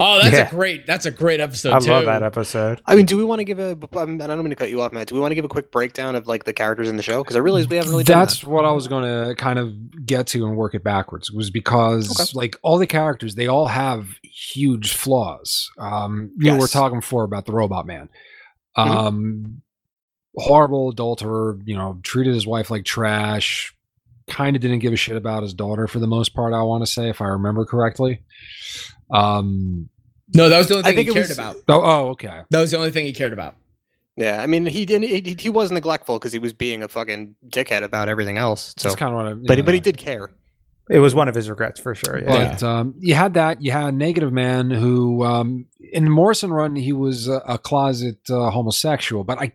Speaker 2: Oh, that's
Speaker 4: Yeah.
Speaker 2: a great that's a great episode
Speaker 4: I
Speaker 2: too.
Speaker 4: love that episode.
Speaker 3: I mean, do we want to give a? I'm- I don't mean to cut you off, Matt. Do we want to give a quick breakdown of like the characters in the show? Because I realize we haven't really done
Speaker 1: That's what I was going to kind of get to and work it backwards was because like all the characters, they all have huge flaws. Um, you know, we were
Speaker 3: Yes.
Speaker 1: talking before about the robot man,
Speaker 3: Mhm.
Speaker 1: um, horrible adulterer, you know, treated his wife like trash, kind of didn't give a shit about his daughter for the most part. I want to say, if I remember correctly, um,
Speaker 2: No, that was the only
Speaker 3: I
Speaker 2: thing
Speaker 3: think
Speaker 2: he
Speaker 3: it
Speaker 2: cared
Speaker 3: was-
Speaker 2: about.
Speaker 1: oh, oh, okay.
Speaker 2: That was the only thing he cared about.
Speaker 3: that. Yeah, I mean, he didn't. He, he was neglectful because he was being a fucking dickhead about everything else. So,
Speaker 1: That's kind of what I,
Speaker 3: but he- but
Speaker 1: yeah.
Speaker 3: he did care.
Speaker 4: It was one of his regrets for sure. Yeah.
Speaker 2: Well,
Speaker 1: But um, you had that. You had Negative Man, who um, in Morrison Run he was a, a closet uh, homosexual. But I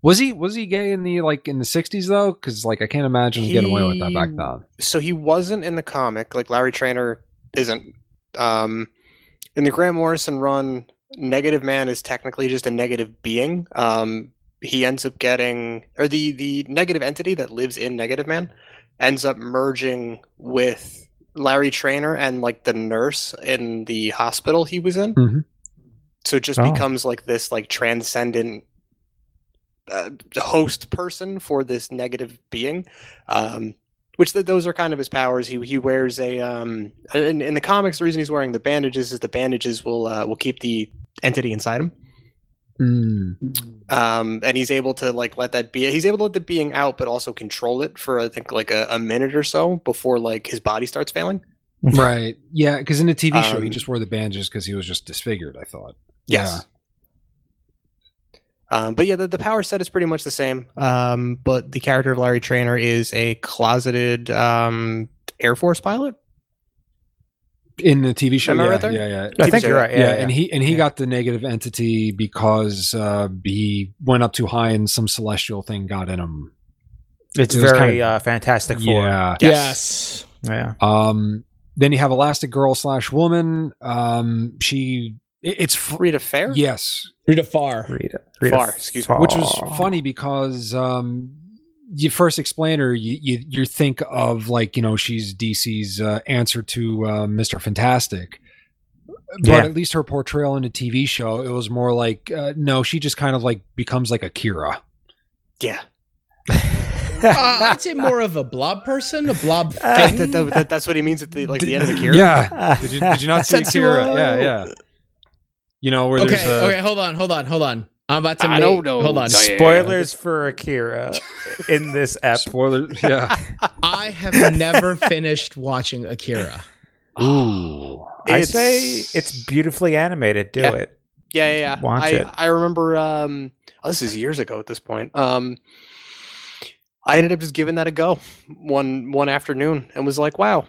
Speaker 1: was he was he gay in the like in the '60s though? Because like I can't imagine getting away with that back
Speaker 3: He-
Speaker 1: then.
Speaker 3: So he wasn't in the comic. Like Larry Trainer isn't. Um, in the Grant Morrison run, Negative Man is technically just a negative being. Um, he ends up getting, or the the negative entity that lives in Negative Man ends up merging with Larry Trainer and like the nurse in the hospital he was in.
Speaker 1: Mhm.
Speaker 3: So it just
Speaker 4: Oh.
Speaker 3: becomes like this like transcendent uh, host person for this negative being. Um, which th- those are kind of his powers. He he wears a um in, in the comics. The reason he's wearing the bandages is the bandages will uh, will keep the entity inside him.
Speaker 1: Mm.
Speaker 3: Um, and he's able to like let that be. He's able to let the being out, but also control it for I think like a, a minute or so before like his body starts failing.
Speaker 1: Right? Yeah, because in the TV show he
Speaker 3: Um,
Speaker 1: just wore the bandages because he was just disfigured. I thought.
Speaker 3: Um, but yeah, the, the power set is pretty much the same. Um, but the character of Larry Trainer is a closeted um, Air Force pilot.
Speaker 1: Yeah. In the TV show,
Speaker 3: Am I
Speaker 1: yeah,
Speaker 3: right there?
Speaker 1: yeah, yeah.
Speaker 4: I think you're
Speaker 3: Yeah,
Speaker 4: right.
Speaker 1: yeah,
Speaker 4: Yeah,
Speaker 1: and he and he
Speaker 4: yeah.
Speaker 1: got the negative entity because uh, he went up too high and some celestial thing got in him.
Speaker 4: it's
Speaker 1: it was
Speaker 4: very
Speaker 1: kind
Speaker 4: uh, Fantastic Four. Yeah.
Speaker 1: Yeah,
Speaker 2: Yes.
Speaker 4: yeah.
Speaker 1: Um, then you have Elastic Girl slash Woman. Um, she it- it's fr-
Speaker 3: Rita Fair.
Speaker 1: yes,
Speaker 2: Rita Farr.
Speaker 4: Read it.
Speaker 3: Far, excuse
Speaker 4: me.
Speaker 1: which was funny because um, you first explain her, you, you you think of like you know she's DC's uh, answer to uh, Mister Fantastic. But
Speaker 4: Yeah.
Speaker 1: at least her portrayal in a TV show, it was more like uh, no, she just kind of like becomes like Akira.
Speaker 3: Yeah.
Speaker 2: Uh,
Speaker 1: Ah!
Speaker 2: I'd say more of a blob person, a blob
Speaker 4: Uh,
Speaker 2: thing.
Speaker 3: That- that- that- that's what he means at the like the end of the Kira.
Speaker 1: Yeah, did you, did you not see
Speaker 4: Akira?
Speaker 1: Akira? Yeah, yeah. You know where
Speaker 2: Okay,
Speaker 1: there's uh, a,
Speaker 2: okay, hold on, hold on, hold on. I'm about to
Speaker 3: I
Speaker 2: make-
Speaker 3: don't know,
Speaker 2: Hold on.
Speaker 3: Diane.
Speaker 4: Spoilers for Akira in this ep.
Speaker 1: spoiler. Yeah.
Speaker 2: I have never finished watching Akira.
Speaker 1: Ooh.
Speaker 4: I
Speaker 3: It's-
Speaker 4: say it's beautifully animated. Do
Speaker 3: Yeah.
Speaker 4: it.
Speaker 3: Yeah, yeah, yeah.
Speaker 4: Watch
Speaker 3: I,
Speaker 4: it.
Speaker 3: I remember um oh, this is years ago at this point. Um I ended up just giving that a go one one afternoon and was like, wow,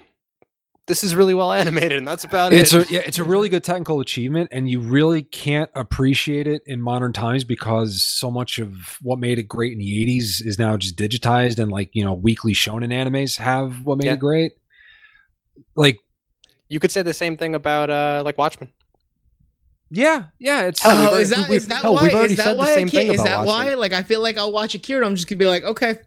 Speaker 3: this is really well animated, and that's about
Speaker 1: It's
Speaker 3: it.
Speaker 1: a yeah, it's a really good technical achievement, and you really can't appreciate it in modern times because so much of what made it great in the '80s is now just digitized, and like you know, weekly shonen animes have what made
Speaker 3: Yeah.
Speaker 1: it great. Like,
Speaker 3: you could say the same thing about uh like Watchmen.
Speaker 1: yeah, yeah, it's
Speaker 3: Hell, we've
Speaker 2: Oh, is
Speaker 3: already-
Speaker 2: that
Speaker 3: we've-
Speaker 2: is that
Speaker 3: hell,
Speaker 2: why?
Speaker 3: we've already
Speaker 2: Is that
Speaker 3: said the
Speaker 2: why? I
Speaker 3: same thing
Speaker 2: can't- Is
Speaker 3: about
Speaker 2: that why?
Speaker 3: Watchmen.
Speaker 2: Like, I feel like I'll watch Akira. and I'm just gonna be like, okay.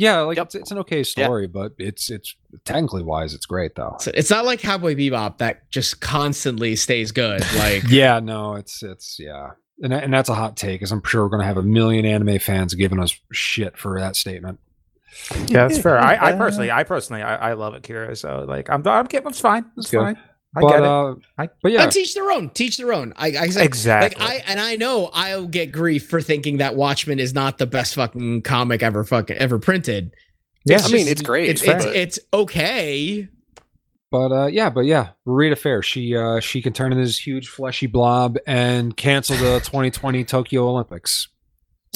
Speaker 1: yeah, like
Speaker 3: Yep.
Speaker 1: it's, it's an okay
Speaker 3: Yeah.
Speaker 1: story, but it's it's technically wise, it's great though.
Speaker 2: So it's not like Cowboy Bebop that just constantly stays good. Like,
Speaker 1: Yeah, no, it's it's yeah, and that- and that's a hot take, because I'm sure we're gonna have a million anime fans giving us shit for that statement.
Speaker 4: Yeah, that's fair. I, I personally, I personally, I, I love Akira. So like, I'm, I'm, it's fine. It's
Speaker 1: Good.
Speaker 4: fine. I
Speaker 1: but
Speaker 4: get it.
Speaker 1: uh,
Speaker 4: I-
Speaker 1: but
Speaker 2: uh,
Speaker 1: yeah,
Speaker 2: teach their own. Teach their own. I, I said, like
Speaker 4: Exactly.
Speaker 2: I and I know I'll get grief for thinking that Watchmen is not the best fucking comic ever fucking ever printed.
Speaker 4: yeah.
Speaker 3: I mean,
Speaker 2: just-
Speaker 3: it's great,
Speaker 2: It's it's,
Speaker 3: but-
Speaker 2: it's okay.
Speaker 1: But uh, yeah, but yeah, Rita Fair. She uh, she can turn into this huge fleshy blob and cancel the 2020 Tokyo Olympics.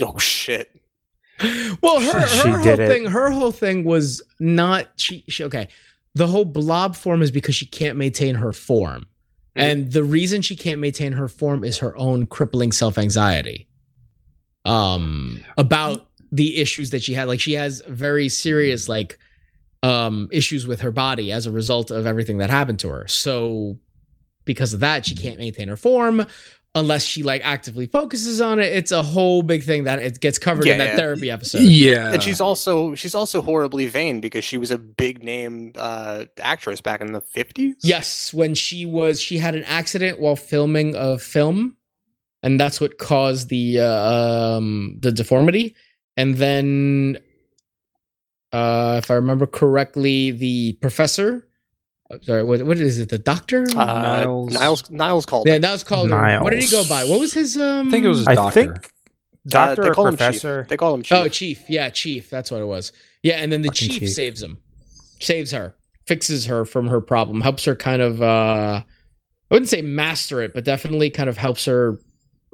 Speaker 3: Oh shit.
Speaker 2: Well, her, her
Speaker 4: She
Speaker 2: whole
Speaker 4: did it.
Speaker 2: thing, her whole thing was not she, she. Okay, the whole blob form is because she can't maintain her form,
Speaker 3: Mhm.
Speaker 2: and the reason she can't maintain her form is her own crippling self anxiety. Um, about the issues that she had, like she has very serious like um issues with her body as a result of everything that happened to her. So because of that, she can't maintain her form. unless she like actively focuses on it. It's a whole big thing that it gets covered in that
Speaker 3: Yeah.
Speaker 2: therapy episode.
Speaker 1: yeah.
Speaker 3: and she's also she's also horribly vain because she was a big name uh, actress back in the fifties.
Speaker 2: Yes, when she was she had an accident while filming a film, and that's what caused the uh, um the deformity. And then, uh, if I remember correctly, the professor, uh, sorry, what, what is it? The doctor?
Speaker 3: uh,
Speaker 1: Niles-
Speaker 3: Niles Niles, called.
Speaker 2: yeah, that was called. What did he go
Speaker 4: Niles.
Speaker 2: by? What was his? Um,
Speaker 1: I think it was
Speaker 4: I
Speaker 1: a doctor.
Speaker 4: think doctor or professor.
Speaker 3: Him chief. They call him chief.
Speaker 2: Oh, chief. Yeah, chief. That's what it was. Yeah, and then the
Speaker 4: Fucking
Speaker 2: chief,
Speaker 4: chief.
Speaker 2: saves him, saves her, fixes her from her problem, helps her kind of. uh I wouldn't say master it, but definitely kind of helps her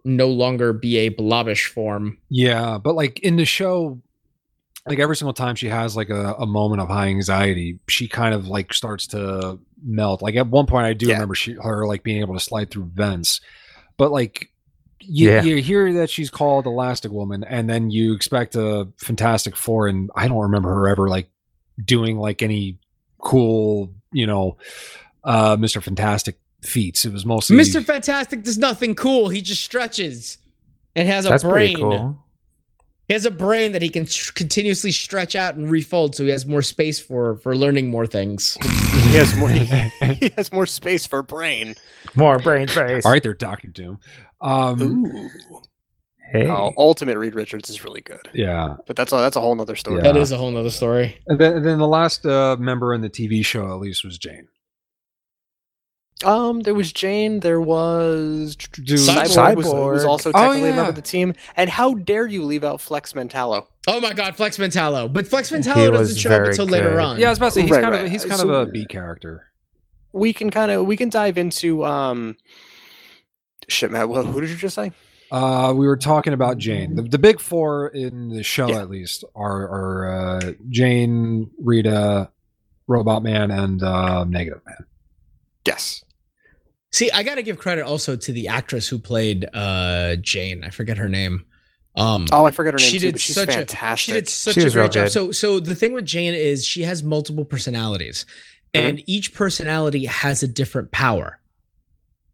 Speaker 2: no longer be a blobbish form.
Speaker 1: Yeah, but like in the show, like every single time she has like a, a moment of high anxiety, she kind of like starts to melt. Like at one point, I do
Speaker 3: Yeah.
Speaker 1: remember she her like being able to slide through vents, but like. You,
Speaker 4: Yeah.
Speaker 1: you hear that she's called Elastic Woman, and then you expect a Fantastic Four, and I don't remember her ever like doing like any cool, you know, uh Mr. Fantastic feats. It was mostly
Speaker 2: Mister Fantastic does nothing cool. He just stretches and has a
Speaker 4: That's
Speaker 2: brain.
Speaker 4: pretty cool.
Speaker 2: He has a brain that he can tr- continuously stretch out and refold, so he has more space for for learning more things.
Speaker 3: he has more. he has more space for brain.
Speaker 4: More brain space.
Speaker 1: All right, there, Doctor Doom. Um,
Speaker 3: Ooh.
Speaker 2: Mm-hmm.
Speaker 4: Hey.
Speaker 3: Oh, Ultimate Reed Richards is really good,
Speaker 1: yeah,
Speaker 3: but that's a, that's a whole nother story.
Speaker 1: Yeah.
Speaker 2: That is a whole nother story.
Speaker 1: And then, and then the last uh, member in the TV show, at least, was Jane.
Speaker 3: Um, there was Jane. There was
Speaker 1: Dude,
Speaker 3: Cyborg, Was, was
Speaker 4: Cyborg.
Speaker 3: also
Speaker 1: Oh,
Speaker 3: technically a member
Speaker 1: yeah.
Speaker 3: of the team. And how dare you leave out Flex Mentallo?
Speaker 2: Oh my God, Flex Mentallo! But Flex
Speaker 4: He
Speaker 2: Mentallo
Speaker 4: was
Speaker 2: doesn't show up
Speaker 4: very
Speaker 2: until later
Speaker 4: good.
Speaker 2: on.
Speaker 1: yeah, I was about to say he's
Speaker 3: Right,
Speaker 1: kind of
Speaker 3: right.
Speaker 1: he's kind
Speaker 3: So-
Speaker 1: of a B character.
Speaker 3: We can kind of we can dive into um. Shit, man. Well, who did you just say?
Speaker 1: Uh, we were talking about Jane. The, the big four in the show,
Speaker 3: Yeah.
Speaker 1: at least, are are uh, Jane, Rita, Robot Man, and uh, Negative Man.
Speaker 3: Yes.
Speaker 2: See, I got to give credit also to the actress who played uh, Jane. I forget her name. Um,
Speaker 3: Oh, I forgot her name
Speaker 2: She
Speaker 3: too.
Speaker 2: did
Speaker 3: but she's
Speaker 2: such a- she
Speaker 3: fantastic.
Speaker 2: she did such
Speaker 4: She
Speaker 2: a
Speaker 4: was real
Speaker 2: great job.
Speaker 4: good.
Speaker 2: So, so the thing with Jane is she has multiple personalities,
Speaker 4: Mm-hmm.
Speaker 2: and each personality has a different power.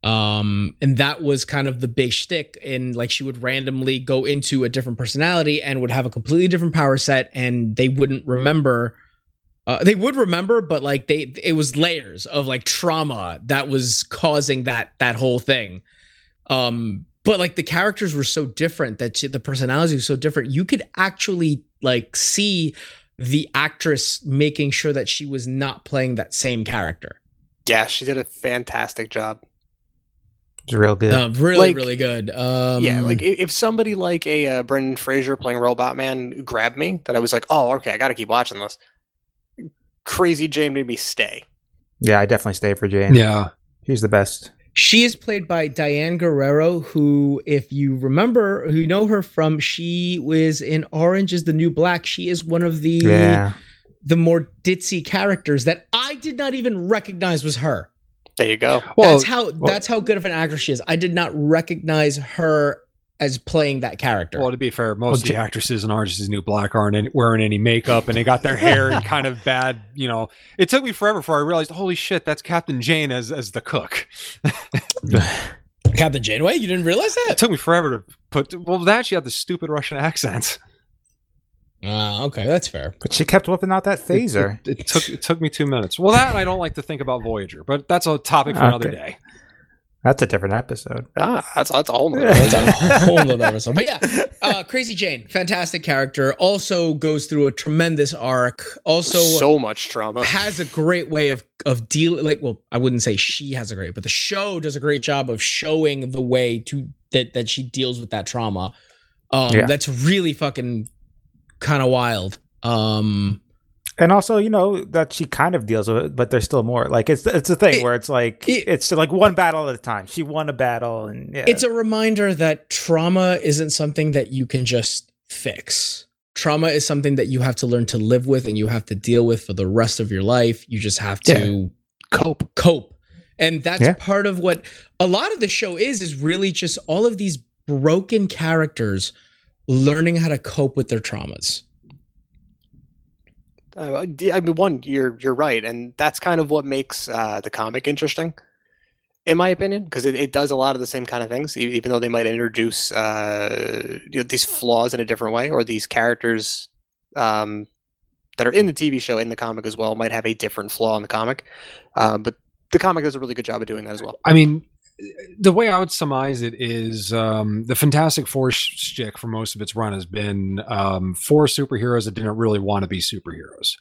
Speaker 2: Um, and that was kind of the big shtick. And like she would randomly go into a different personality and would have a completely different power set, and they wouldn't remember. Uh, they would remember, but like they, it was layers of like trauma that was causing that that whole thing um but like the characters were so different that she, the personalities were so different you could actually like see the actress making sure that she was not playing that same character
Speaker 3: yeah, she did a fantastic job.
Speaker 4: It's real good.
Speaker 2: Uh, really
Speaker 3: Like-
Speaker 2: really good um
Speaker 3: yeah, like i- if somebody like a uh, Brendan Fraser playing Robot Man grabbed me, that I was like, oh, okay, I got to keep watching this. Crazy Jane made me stay.
Speaker 4: yeah, I definitely stay for Jane.
Speaker 1: Yeah,
Speaker 4: She's the best.
Speaker 2: she is played by diane guerrero who if you remember who you know her from she was in orange is the new black she is one of the
Speaker 4: Yeah.
Speaker 2: the more ditzy characters that i did not even recognize was her
Speaker 3: There you go.
Speaker 1: well,
Speaker 2: that's how that's how good of an actress she is. I did not recognize her as playing that character.
Speaker 1: well, to be fair, most
Speaker 4: Well,
Speaker 1: of the
Speaker 4: Ja-
Speaker 1: actresses in Orange Is the New Black aren't any, wearing any makeup, and they got their hair in kind of bad. You know, it took me forever before I realized, holy shit, that's Captain Jane as as the cook.
Speaker 2: Captain Janeway, you didn't realize
Speaker 1: It
Speaker 2: that?
Speaker 1: took me forever to put. Well, that she had the stupid Russian accent.
Speaker 2: Ah, okay, that's fair.
Speaker 4: But she kept whipping out that phaser.
Speaker 1: It, it took it took me two minutes. Well, that and I don't like to think about Voyager, but that's a topic for another
Speaker 4: Okay.
Speaker 1: day.
Speaker 4: That's a different episode.
Speaker 3: Ah, that's that's a whole nother-
Speaker 4: Yeah.
Speaker 2: That's a whole nother episode. But yeah, uh, Crazy Jane, fantastic character. Also goes through a tremendous arc. Also
Speaker 3: so much trauma.
Speaker 2: has a great way of of dealing. Like, well, I wouldn't say she has a great, but the show does a great job of showing the way to that that she deals with that trauma. Um,
Speaker 4: Yeah.
Speaker 2: that's really fucking kind of wild. Um,
Speaker 4: And also, you know, that she kind of deals with it, but there's still more. Like it's it's a thing
Speaker 2: It-
Speaker 4: where it's like
Speaker 2: it-
Speaker 4: it's like one battle at a time. She won a battle and yeah.
Speaker 2: It's a reminder that trauma isn't something that you can just fix. Trauma is something that you have to learn to live with and you have to deal with for the rest of your life. You just have to
Speaker 3: Cope.
Speaker 2: cope. And that's
Speaker 4: Yeah.
Speaker 2: part of what a lot of the show is is really just all of these broken characters learning how to cope with their traumas.
Speaker 3: Uh, I mean, one, you're you're right, and that's kind of what makes uh, the comic interesting. in my opinion, because it, it does a lot of the same kind of things, e- even though they might introduce uh, you know, these flaws in a different way, or these characters um, that are in the TV show in the comic as well might have a different flaw in the comic. Uh, but the comic does a really good job of doing that as well.
Speaker 1: I mean, the way I would surmise it is um, the Fantastic Four shtick for most of its run has been um, four superheroes that didn't really want to be superheroes.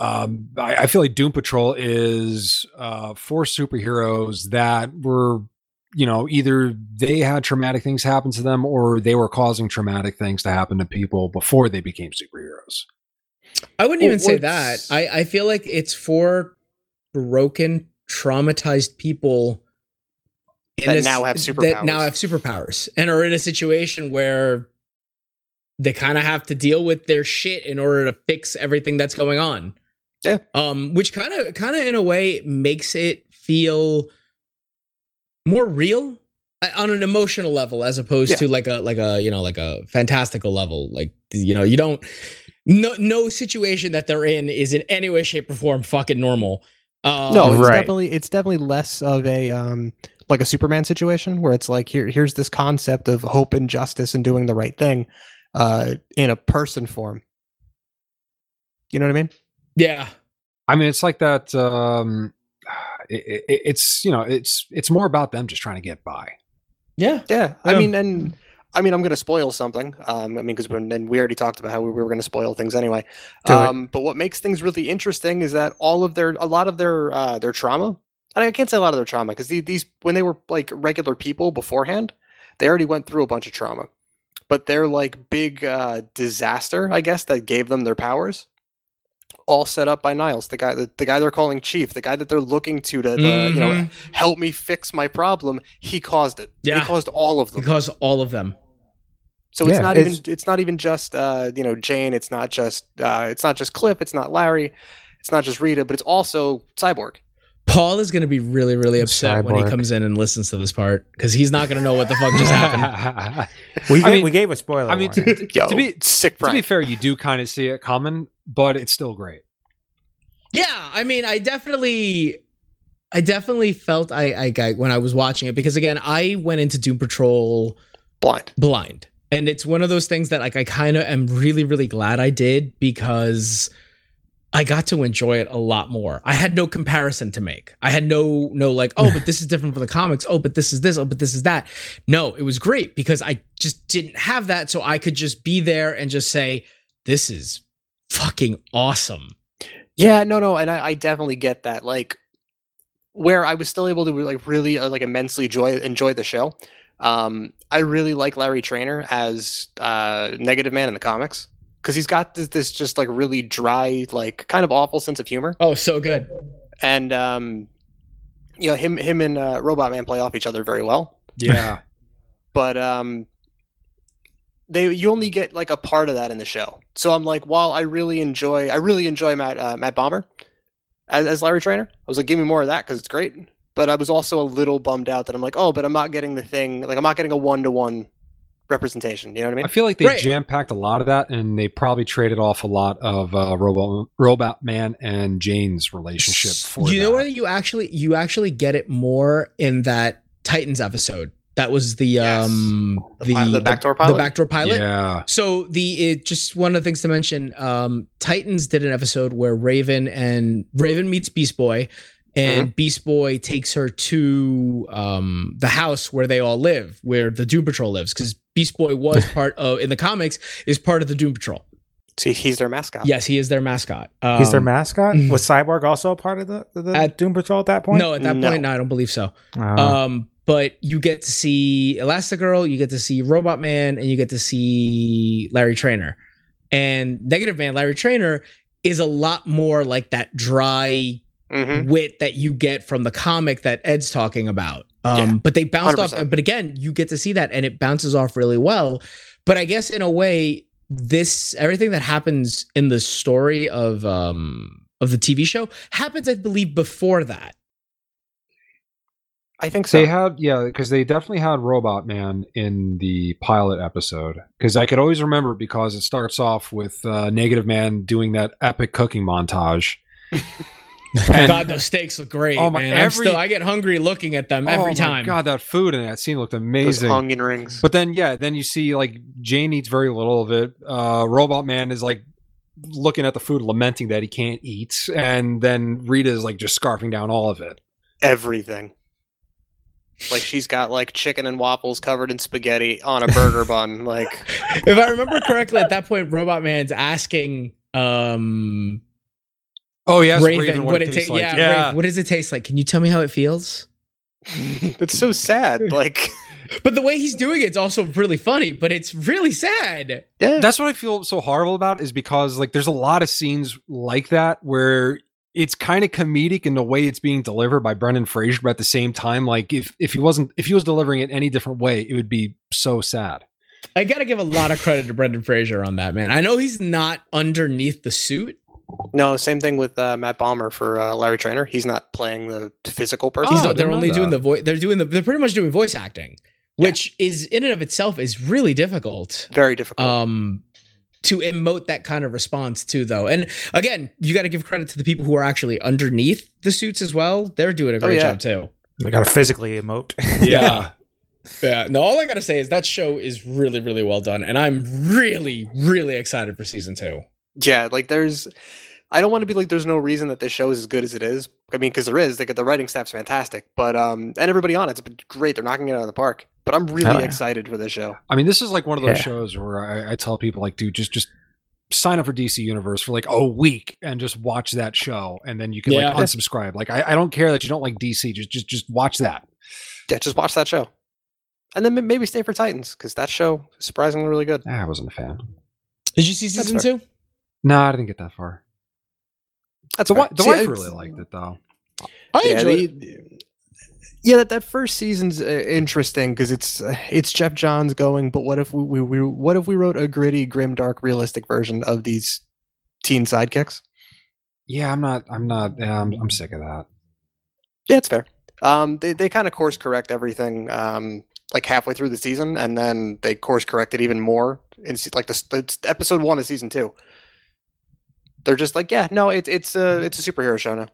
Speaker 1: Um, I, I feel like Doom Patrol is uh, four superheroes that were, you know, either they had traumatic things happen to them or they were causing traumatic things to happen to people before they became superheroes.
Speaker 2: I wouldn't
Speaker 1: Well,
Speaker 2: even say that.
Speaker 1: what's-
Speaker 2: I, I feel like it's for broken, traumatized people in
Speaker 3: That
Speaker 2: a s-
Speaker 3: now have
Speaker 2: That now
Speaker 3: superpowers.
Speaker 2: have superpowers and are in a situation where they kind of have to deal with their shit in order to fix everything that's going on.
Speaker 3: Yeah.
Speaker 2: Um, which kind of kind of in a way makes it feel more real uh, on an emotional level as opposed
Speaker 3: Yeah.
Speaker 2: to like a like a you know like a fantastical level like you know you don't no no situation that they're in is in any way shape or form fucking normal uh
Speaker 3: No,
Speaker 4: Um,
Speaker 3: it's
Speaker 4: Right.
Speaker 3: definitely it's definitely less of a um like a Superman situation where it's like here here's this concept of hope and justice and doing the right thing uh in a person form. You know what I mean?
Speaker 2: yeah
Speaker 1: I mean, it's like that. Um, it, it, it's you know, it's it's more about them just trying to get by.
Speaker 2: yeah
Speaker 3: Yeah. I
Speaker 4: Um,
Speaker 2: Yeah.
Speaker 3: mean and I mean I'm going to spoil something. Um I mean cuz and we already talked about how we were going to spoil things anyway.
Speaker 4: Do it.
Speaker 3: Um but what makes things really interesting is that all of their a lot of their uh their trauma and I can't say a lot of their trauma cuz these when they were like regular people beforehand, they already went through a bunch of trauma. but their like big uh, disaster, I guess, that gave them their powers, all set up by Niles, the guy, the, the guy they're calling Chief, the guy that they're looking to to, to, uh, you
Speaker 4: Mm-hmm.
Speaker 3: know
Speaker 2: Mhm.
Speaker 3: help me fix my problem. He caused it.
Speaker 2: Yeah.
Speaker 3: he caused all of them.
Speaker 2: because all of them
Speaker 3: So it's
Speaker 1: Yeah,
Speaker 3: not
Speaker 1: it's-
Speaker 3: even it's not even just uh, you know Jane. It's not just uh, it's not just Cliff. It's not Larry. It's not just Rita, but it's also Cyborg.
Speaker 2: paul is going to be really really upset when he
Speaker 4: Cyborg.
Speaker 2: comes in and listens to this part because he's not going to know what the fuck just happened
Speaker 4: We,
Speaker 1: I
Speaker 4: ga-
Speaker 1: mean-
Speaker 4: we gave a spoiler.
Speaker 1: I mean,
Speaker 4: warning.
Speaker 1: to, to-
Speaker 3: Yo,
Speaker 1: to be
Speaker 3: sick,
Speaker 1: to
Speaker 3: Brian.
Speaker 1: be fair, you do kind of see it coming, but it's still great.
Speaker 2: yeah i mean i definitely i definitely felt I, I i when i was watching it because again i went into doom patrol
Speaker 3: blind.
Speaker 2: blind. And it's one of those things that like I kind of am really really glad I did because I got to enjoy it a lot more. I had no comparison to make. I had no no like oh but this is different from the comics. Oh but this is this. Oh but this is that. No, it was great because I just didn't have that so I could just be there and just say this is fucking awesome.
Speaker 3: Yeah, no, no, and I, I definitely get that. Like, where I was still able to like really uh, like immensely enjoy enjoy the show. Um, I really like Larry Trainer as uh, Negative Man in the comics because he's got this, this just like really dry, like kind of awful sense of humor,
Speaker 2: Oh, so good.
Speaker 3: and um, you know him him and uh, Robot Man play off each other very well.
Speaker 1: Yeah,
Speaker 3: But um, they you only get like a part of that in the show. So I'm like, while I really enjoy, I really enjoy Matt uh, Matt Bomber as, as Larry Trainer. I was like, give me more of that because it's great. But I was also a little bummed out that I'm like, oh, but I'm not getting the thing. Like I'm not getting a one to one representation. You know what I
Speaker 1: I
Speaker 3: mean?
Speaker 1: feel like they
Speaker 2: Right.
Speaker 1: jam packed a lot of that, and they probably traded off a lot of uh, Robot Robot Man and Jane's relationship. For
Speaker 2: you know
Speaker 1: that.
Speaker 2: what you actually you actually get it more in that Titans episode. That was the
Speaker 3: Yes.
Speaker 2: um
Speaker 3: The pi- the backdoor
Speaker 2: The
Speaker 3: pilot?
Speaker 2: backdoor pilot.
Speaker 1: Yeah,
Speaker 2: So the it just one of the things to mention, um, Titans did an episode where Raven and Raven meets Beast Boy, and
Speaker 3: Mm-hmm.
Speaker 2: Beast Boy takes her to um the house where they all live, where the Doom Patrol lives, because Beast Boy was part of in the comics is part of the Doom Patrol.
Speaker 3: See, he's their mascot.
Speaker 2: Yes, he is their mascot.
Speaker 4: He's their
Speaker 2: Um,
Speaker 4: mascot.
Speaker 2: mhm.
Speaker 4: Was Cyborg also a part of the, the
Speaker 2: At-
Speaker 4: Doom Patrol mm-hmm. at that point?
Speaker 2: No, at that
Speaker 3: No.
Speaker 2: point, no, I don't believe so.
Speaker 4: Oh.
Speaker 2: Um, but you get to see Elastigirl, you get to see Robot Man, and you get to see Larry Trainer. And Negative Man, Larry Trainer, is a lot more like that dry
Speaker 3: hmm
Speaker 2: wit that you get from the comic that Ed's talking about. Um, but they bounced off.
Speaker 3: 100%.
Speaker 2: But again, you get to see that, and it bounces off really well. But I guess in a way, this everything that happens in the story of um of the TV show happens, I believe, before that.
Speaker 3: I think so.
Speaker 1: They had, yeah, because they definitely had Robot Man in the pilot episode. Because I could always remember it because it starts off with uh, Negative Man doing that epic cooking montage. And-
Speaker 2: God, those steaks look great.
Speaker 1: Oh
Speaker 2: Oh
Speaker 1: my-
Speaker 2: my! I'm
Speaker 1: every-
Speaker 2: still, I get hungry looking at them
Speaker 1: oh
Speaker 2: every
Speaker 1: my
Speaker 2: time.
Speaker 1: God, that food in that scene looked
Speaker 3: Those
Speaker 1: amazing.
Speaker 3: onion rings.
Speaker 1: But then, yeah, then you see like Jane eats very little of it. Uh, Robot Man is like looking at the food, lamenting that he can't eat, and then Rita is like just scarfing down all of it.
Speaker 3: everything. Like she's got like chicken and waffles covered in spaghetti on a burger bun. Like
Speaker 2: If I remember correctly, at that point, Robot Man's asking, um,
Speaker 1: Oh yeah,
Speaker 2: Raven, what it tastes Yeah,
Speaker 4: Yeah.
Speaker 2: Raven, what does it taste like? Can you tell me how it feels?
Speaker 3: it's so sad. Like
Speaker 2: But the way he's doing it's also really funny, but it's really sad.
Speaker 3: yeah,
Speaker 1: That's what I feel so horrible about is because like there's a lot of scenes like that where it's kind of comedic in the way it's being delivered by Brendan Fraser, but at the same time, like if if he wasn't if he was delivering it any different way, it would be so sad.
Speaker 2: I gotta give a lot of credit to Brendan Fraser on that man. I know he's not underneath the suit.
Speaker 3: no. Same thing with uh, Matt Bomber for uh, Larry Trainer. He's not playing the physical person.
Speaker 1: Oh,
Speaker 2: He's not- they're
Speaker 1: didn't know
Speaker 2: only doing
Speaker 1: that.
Speaker 2: the voice. They're doing the. They're pretty much doing voice acting, which is in and of itself is really difficult.
Speaker 3: Very difficult.
Speaker 2: um to emote that kind of response too though and again you got to give credit to the people who are actually underneath the suits as well they're doing a great
Speaker 3: yeah.
Speaker 2: job too
Speaker 4: They gotta physically emote.
Speaker 1: Yeah.
Speaker 2: yeah no all i gotta say is that show is really really well done and i'm really really excited for season two
Speaker 3: yeah, like there's. I don't want to be like there's no reason that this show is as good as it is. I mean, because there is. They got the writing staff's fantastic, but um, and everybody on it's been great. They're knocking it out of the park. But I'm really
Speaker 4: yeah.
Speaker 3: excited for this show.
Speaker 1: I mean, this is like one of those
Speaker 4: Yeah.
Speaker 1: shows where I, I tell people like, dude, just just sign up for DC Universe for like a week and just watch that show, and then you can
Speaker 2: Yeah.
Speaker 1: like unsubscribe. Like, I, I don't care that you don't like DC, just just just watch that.
Speaker 3: Yeah, just watch that show, and then ma- maybe stay for Titans because that show is surprisingly really good.
Speaker 1: Ah, I wasn't a fan.
Speaker 2: did you see
Speaker 3: That's
Speaker 2: season two
Speaker 1: No, I didn't get that far.
Speaker 3: That's
Speaker 1: The,
Speaker 3: fair.
Speaker 1: wi- the
Speaker 3: See,
Speaker 1: wife
Speaker 3: it's-
Speaker 1: really liked it though.
Speaker 2: i
Speaker 3: yeah,
Speaker 2: enjoyed
Speaker 3: the-
Speaker 2: it.
Speaker 3: yeah, that, that first season's uh, interesting because it's uh, it's Jeff Johns going, but what if we, we, we what if we wrote a gritty, grim, dark, realistic version of these teen sidekicks?
Speaker 1: Yeah, I'm not. I'm not. yeah, I'm, I'm sick of that.
Speaker 3: Yeah, it's fair. Um, they they kind of course correct everything um, like halfway through the season, and then they course correct it even more in se- like the, s- it's episode one of season two. They're just like, yeah, no, it's it's a it's a superhero show now.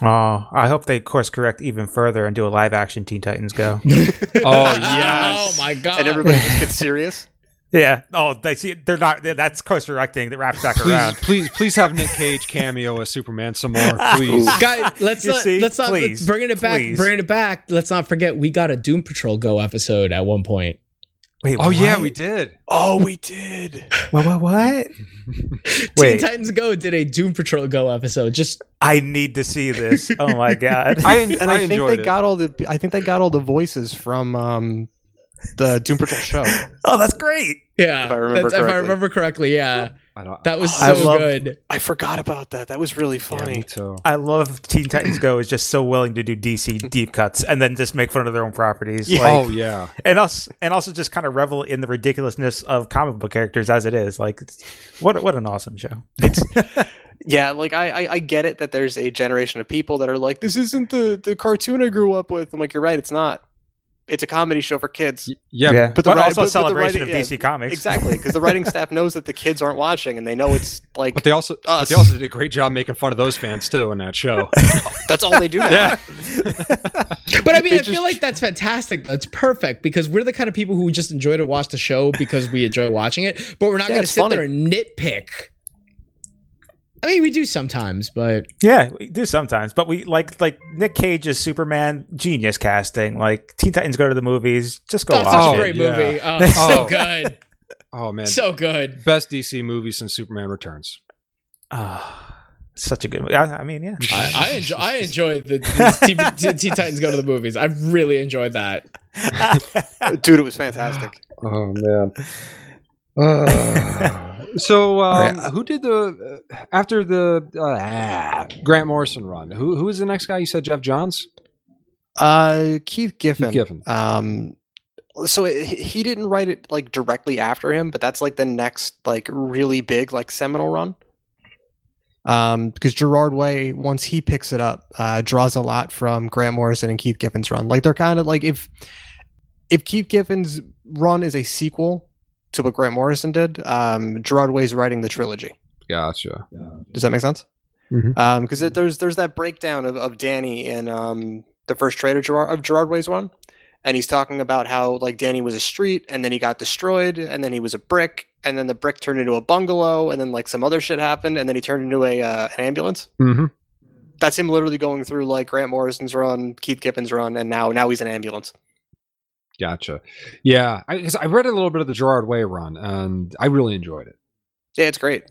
Speaker 4: Oh, I hope they course correct even further and do a live action Teen Titans Go.
Speaker 1: Oh,
Speaker 2: oh
Speaker 1: yes.
Speaker 2: my god
Speaker 3: and everybody just gets serious.
Speaker 4: Yeah. Oh, they see. They're not. That's course correcting. That wraps back
Speaker 1: Please,
Speaker 4: around.
Speaker 1: please, please have Nick Cage cameo as Superman some more, please.
Speaker 2: Guys, let's
Speaker 4: You
Speaker 2: not
Speaker 4: see?
Speaker 2: let's not
Speaker 4: Please.
Speaker 2: bringing it back.
Speaker 4: Please.
Speaker 2: Bringing it back. Let's not forget we got a Doom Patrol Go episode at one point.
Speaker 4: Wait,
Speaker 1: oh yeah,
Speaker 4: what?
Speaker 1: we did.
Speaker 3: Oh, we did.
Speaker 4: What? What? what?
Speaker 2: Teen
Speaker 4: Wait,
Speaker 2: Titans Go did a Doom Patrol Go episode. Just
Speaker 4: I need to see this. Oh my god.
Speaker 1: I en-
Speaker 3: and
Speaker 1: I,
Speaker 3: I, think
Speaker 1: enjoyed
Speaker 3: they
Speaker 1: it.
Speaker 3: got all the I think they got all the voices from um the Doom Patrol show.
Speaker 4: oh, that's great.
Speaker 2: yeah,
Speaker 3: If I remember
Speaker 2: that's- if I
Speaker 3: correctly.
Speaker 2: remember correctly, yeah,
Speaker 1: I don't,
Speaker 2: that was
Speaker 3: I
Speaker 2: so
Speaker 3: love-
Speaker 2: good.
Speaker 3: I forgot about that. That was really
Speaker 1: yeah, me
Speaker 3: funny.
Speaker 1: too.
Speaker 4: I love Teen Titans Go is just so willing to do DC deep cuts and then just make fun of their own properties.
Speaker 3: Yeah.
Speaker 4: Like,
Speaker 1: oh yeah.
Speaker 4: and also and also just kind of revel in the ridiculousness of comic book characters as it is. Like, it's- what what an awesome show.
Speaker 3: Yeah, like I, I I get it that there's a generation of people that are like, this isn't the the cartoon I grew up with. I'm like, you're right, it's not. It's a comedy show for kids.
Speaker 1: Y- Yeah,
Speaker 4: yeah.
Speaker 3: but the
Speaker 4: But,
Speaker 3: ri-
Speaker 4: also
Speaker 3: but- but
Speaker 4: a
Speaker 3: the
Speaker 4: celebration
Speaker 3: writing-
Speaker 4: of DC Comics.
Speaker 3: Exactly, because the writing staff knows that the kids aren't watching, and they know it's like
Speaker 1: But they also but
Speaker 3: us.
Speaker 1: they also did a great job making fun of those fans too in that show.
Speaker 3: That's all they do. Now.
Speaker 1: Yeah.
Speaker 2: But I mean,
Speaker 3: They
Speaker 2: I feel
Speaker 3: just-
Speaker 2: like that's fantastic. That's perfect because we're the kind of people who just enjoy to watch the show because we enjoy watching it. But we're not
Speaker 3: Yeah,
Speaker 2: going to
Speaker 3: it's
Speaker 2: sit
Speaker 3: funny.
Speaker 2: there and nitpick. I mean, we do sometimes, but
Speaker 4: Yeah, we do sometimes, but we like like Nick Cage's Superman genius casting. Like Teen Titans Go to the movies, just go
Speaker 2: that's
Speaker 4: watch
Speaker 2: Oh, such a
Speaker 1: it,
Speaker 2: great
Speaker 1: yeah.
Speaker 2: movie. Oh, so
Speaker 1: Oh.
Speaker 2: good,
Speaker 1: Oh man,
Speaker 2: so good.
Speaker 1: best DC movie since Superman Returns.
Speaker 4: Ah, such a good movie. I, I mean, yeah,
Speaker 2: I, I enjoy. I enjoyed the, the Teen- Teen Titans Go to the movies. I really enjoyed that.
Speaker 3: dude, it was fantastic.
Speaker 1: Oh man. Uh, so um, who did the uh, after the uh, Grant Morrison run? Who who was the next guy? You said Jeff Johns.
Speaker 3: Uh, Keith Giffen.
Speaker 1: Keith Giffen.
Speaker 3: Um, so it, he- he didn't write it like directly after him, but that's like the next like really big like seminal run. Um, because Gerard Way, once he picks it up, uh, draws a lot from Grant Morrison and Keith Giffen's run. Like they're kind of like if if Keith Giffen's run is a sequel to what Grant Morrison did, um, Gerard Way's writing the trilogy.
Speaker 1: Gotcha.
Speaker 3: Does that make sense?
Speaker 1: Mhm.
Speaker 3: Um, because it- there's there's that breakdown of, of Danny in um the first trade of Gerard of Gerard Way's one, and he's talking about how like Danny was a street and then he got destroyed and then he was a brick and then the brick turned into a bungalow and then like some other shit happened and then he turned into a uh, an ambulance.
Speaker 1: Mm-hmm.
Speaker 3: That's him literally going through like Grant Morrison's run, Keith Gibbons' run, and now now he's an ambulance.
Speaker 1: Gotcha. Yeah, I, 'cause I read a little bit of the Gerard Way run, and I really enjoyed it.
Speaker 3: Yeah, it's great.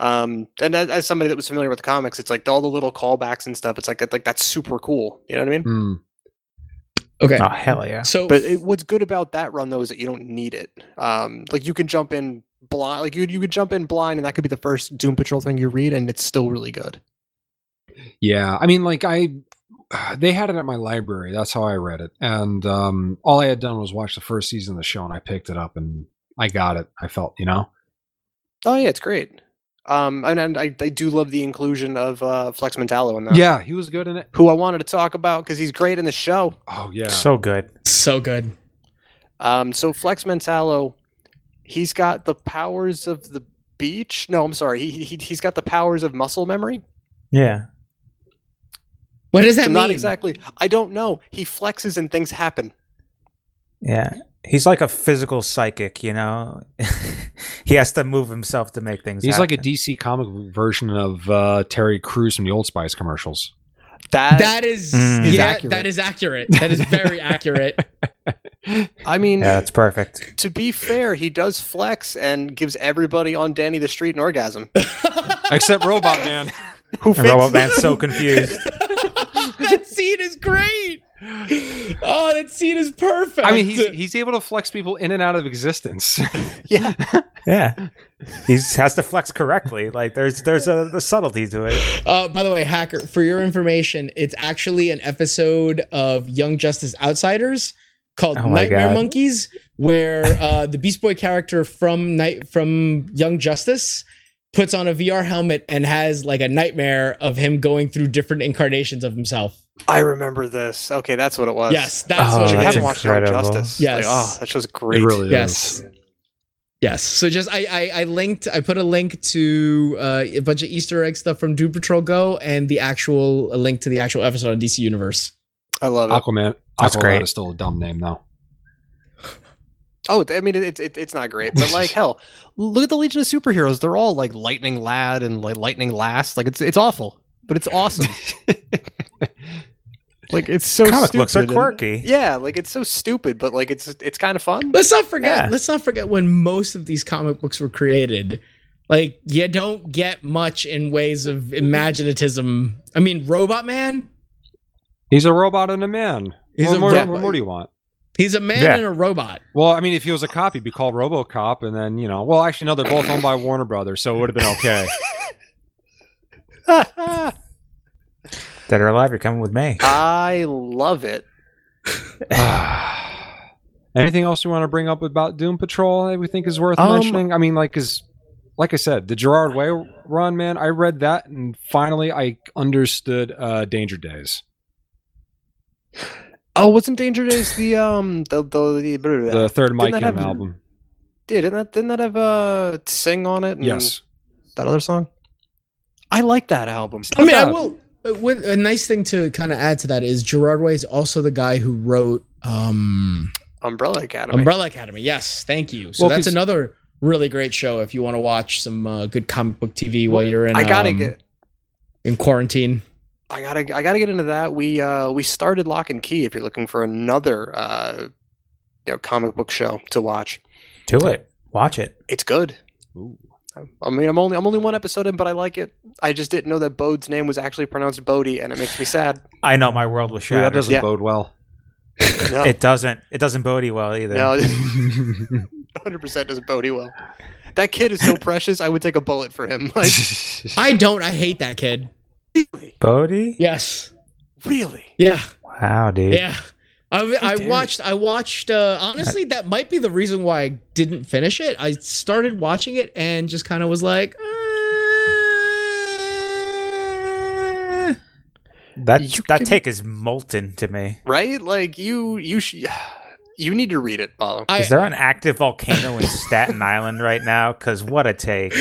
Speaker 3: Um, and as, as somebody that was familiar with the comics, it's like all the little callbacks and stuff. It's like it's like that's super cool. You know what I mean?
Speaker 1: Mm.
Speaker 2: Okay.
Speaker 4: Oh hell yeah!
Speaker 2: So
Speaker 3: But it, what's good about that run though is that you don't need it. Um, like you can jump in blind, like you you could jump in blind, and that could be the first Doom Patrol thing you read, and it's still really good.
Speaker 1: Yeah, I mean, like I, they had it at my library. That's how I read it, and um, all I had done was watch the first season of the show, and I picked it up and I got it. I felt, you know,
Speaker 3: Oh yeah, it's great. Um, and, and I, I do love the inclusion of uh, Flex Mentallo in there.
Speaker 1: yeah, he was good in it.
Speaker 3: Who I wanted to talk about because he's great in the show.
Speaker 1: Oh yeah,
Speaker 4: So good.
Speaker 2: so good.
Speaker 3: Um, so Flex Mentallo, he's got the powers of the beach. No, I'm sorry. He, he he's got the powers of muscle memory.
Speaker 4: Yeah.
Speaker 2: What does that
Speaker 3: So
Speaker 2: mean?
Speaker 3: not exactly. I don't know. He flexes and things happen.
Speaker 4: Yeah. He's like a physical psychic, you know. he has to move himself to make things.
Speaker 1: he's like a
Speaker 4: happen.
Speaker 1: DC comic version of uh, Terry Crews from the Old Spice commercials.
Speaker 3: That,
Speaker 2: That is
Speaker 4: Mm.
Speaker 3: Is
Speaker 2: yeah,
Speaker 3: accurate.
Speaker 2: that is accurate. That is very accurate.
Speaker 3: I mean,
Speaker 4: Yeah, that's perfect.
Speaker 3: to be fair, he does flex and gives everybody on Danny the Street an orgasm.
Speaker 1: Except Robot Man.
Speaker 3: Who
Speaker 4: And Robot Man's so confused.
Speaker 2: that scene is great. Oh, that scene is perfect.
Speaker 1: I mean, he's he's able to flex people in and out of existence.
Speaker 3: Yeah,
Speaker 4: Yeah. He has to flex correctly. Like there's there's a the subtlety to it.
Speaker 2: Uh, by the way, hacker, for your information, it's actually an episode of Young Justice Outsiders called
Speaker 4: Oh my
Speaker 2: Nightmare
Speaker 4: God.
Speaker 2: Monkeys, where uh, the Beast Boy character from Night from Young Justice puts on a VR helmet and has like a nightmare of him going through different incarnations of himself.
Speaker 3: I remember this. Okay, that's what it was.
Speaker 2: Yes, that's
Speaker 4: Oh,
Speaker 2: what
Speaker 3: Like, I
Speaker 2: it
Speaker 4: that's
Speaker 3: haven't
Speaker 2: is.
Speaker 3: watched Young
Speaker 4: incredible.
Speaker 3: Justice.
Speaker 2: Yes.
Speaker 3: Like, oh, that show's great.
Speaker 1: It really is.
Speaker 2: Yes. Yes. So just I, I I linked I put a link to uh, a bunch of Easter egg stuff from Doom Patrol Go and the actual a link to the actual episode on DC Universe.
Speaker 3: I love it.
Speaker 1: Aquaman.
Speaker 4: That's
Speaker 1: Aqualad
Speaker 4: great.
Speaker 1: is still a dumb name though.
Speaker 3: Oh, I mean, it's it, it's not great, but like hell, look at the Legion of Superheroes. They're all like Lightning Lad and like Lightning Last. Like it's it's awful, but it's awesome. like it's so
Speaker 4: Comic books are
Speaker 3: stupid and-
Speaker 4: quirky.
Speaker 3: yeah, like it's so stupid, but like it's it's kind of fun.
Speaker 2: Let's not forget.
Speaker 4: Yeah.
Speaker 2: Let's not forget when most of these comic books were created. Like you don't get much in ways of imaginatism. I mean, Robot Man.
Speaker 1: He's a robot and a man.
Speaker 2: He's
Speaker 1: what,
Speaker 2: a
Speaker 1: more,
Speaker 2: robot.
Speaker 1: what more do you want?
Speaker 2: He's a man
Speaker 4: Yeah.
Speaker 2: and a robot.
Speaker 1: Well, I mean, if he was a cop, he'd be called RoboCop, and then you know. Well, actually, no, they're both owned by Warner Brothers, so it would have been okay.
Speaker 4: Dead or alive, you're coming with me.
Speaker 3: Uh, I love it.
Speaker 1: Anything else you want to bring up about Doom Patrol that we think is worth
Speaker 3: Um,
Speaker 1: mentioning? I mean, like, is like I said, the Gerard Way run, man. I read that, and finally, I understood uh, Danger Days,
Speaker 3: Oh, wasn't Danger Days the um the the, the, blah, blah, blah.
Speaker 1: the third Mike
Speaker 3: that
Speaker 1: Kim
Speaker 3: have-
Speaker 1: album.
Speaker 3: yeah, didn't that didn't that have uh sing on it? and
Speaker 1: Yes,
Speaker 3: that other song. I like that album.
Speaker 2: I mean, I
Speaker 1: Yeah.
Speaker 2: will. uh, With, a nice thing to kind of add to that is Gerard Way is also the guy who wrote um,
Speaker 3: Umbrella Academy.
Speaker 2: Umbrella Academy. Yes, thank you. So
Speaker 1: Well,
Speaker 2: that's
Speaker 1: 'cause-
Speaker 2: another really great show if you want to watch some uh, good comic book TV while you're in.
Speaker 3: I gotta
Speaker 2: um,
Speaker 3: get
Speaker 2: in quarantine.
Speaker 3: I gotta I gotta get into that. We uh we started Lock and Key if you're looking for another uh you know comic book show to watch.
Speaker 4: Do it. Watch it.
Speaker 3: It's good.
Speaker 1: Ooh.
Speaker 3: I mean I'm only I'm only one episode in, but I like it. I just didn't know that Bode's name was actually pronounced Bodie and it makes me sad.
Speaker 4: I know my world was
Speaker 1: Ooh, that
Speaker 4: shattered.
Speaker 1: doesn't
Speaker 3: Yeah.
Speaker 1: bode well.
Speaker 3: No,
Speaker 4: it doesn't. It doesn't bode you well either.
Speaker 3: no 100 percent doesn't Bodie well. That kid is so precious, I would take a bullet for him. Like
Speaker 2: I don't. I hate that kid.
Speaker 3: really?
Speaker 4: Bodie?
Speaker 2: Yes.
Speaker 3: Really?
Speaker 2: Yeah.
Speaker 4: Wow, dude.
Speaker 2: Yeah. I, I
Speaker 3: dare you.
Speaker 2: watched. I watched. Uh, honestly, that might be the reason why I didn't finish it. I started watching it and just kind of was like, "Uh,
Speaker 4: That
Speaker 3: You
Speaker 4: that
Speaker 3: can-
Speaker 4: take is molten to me.
Speaker 3: Right? Like you you sh- you need to read it, Paulo.
Speaker 2: I,
Speaker 4: Is there an active volcano in Staten Island right now? Because what a take.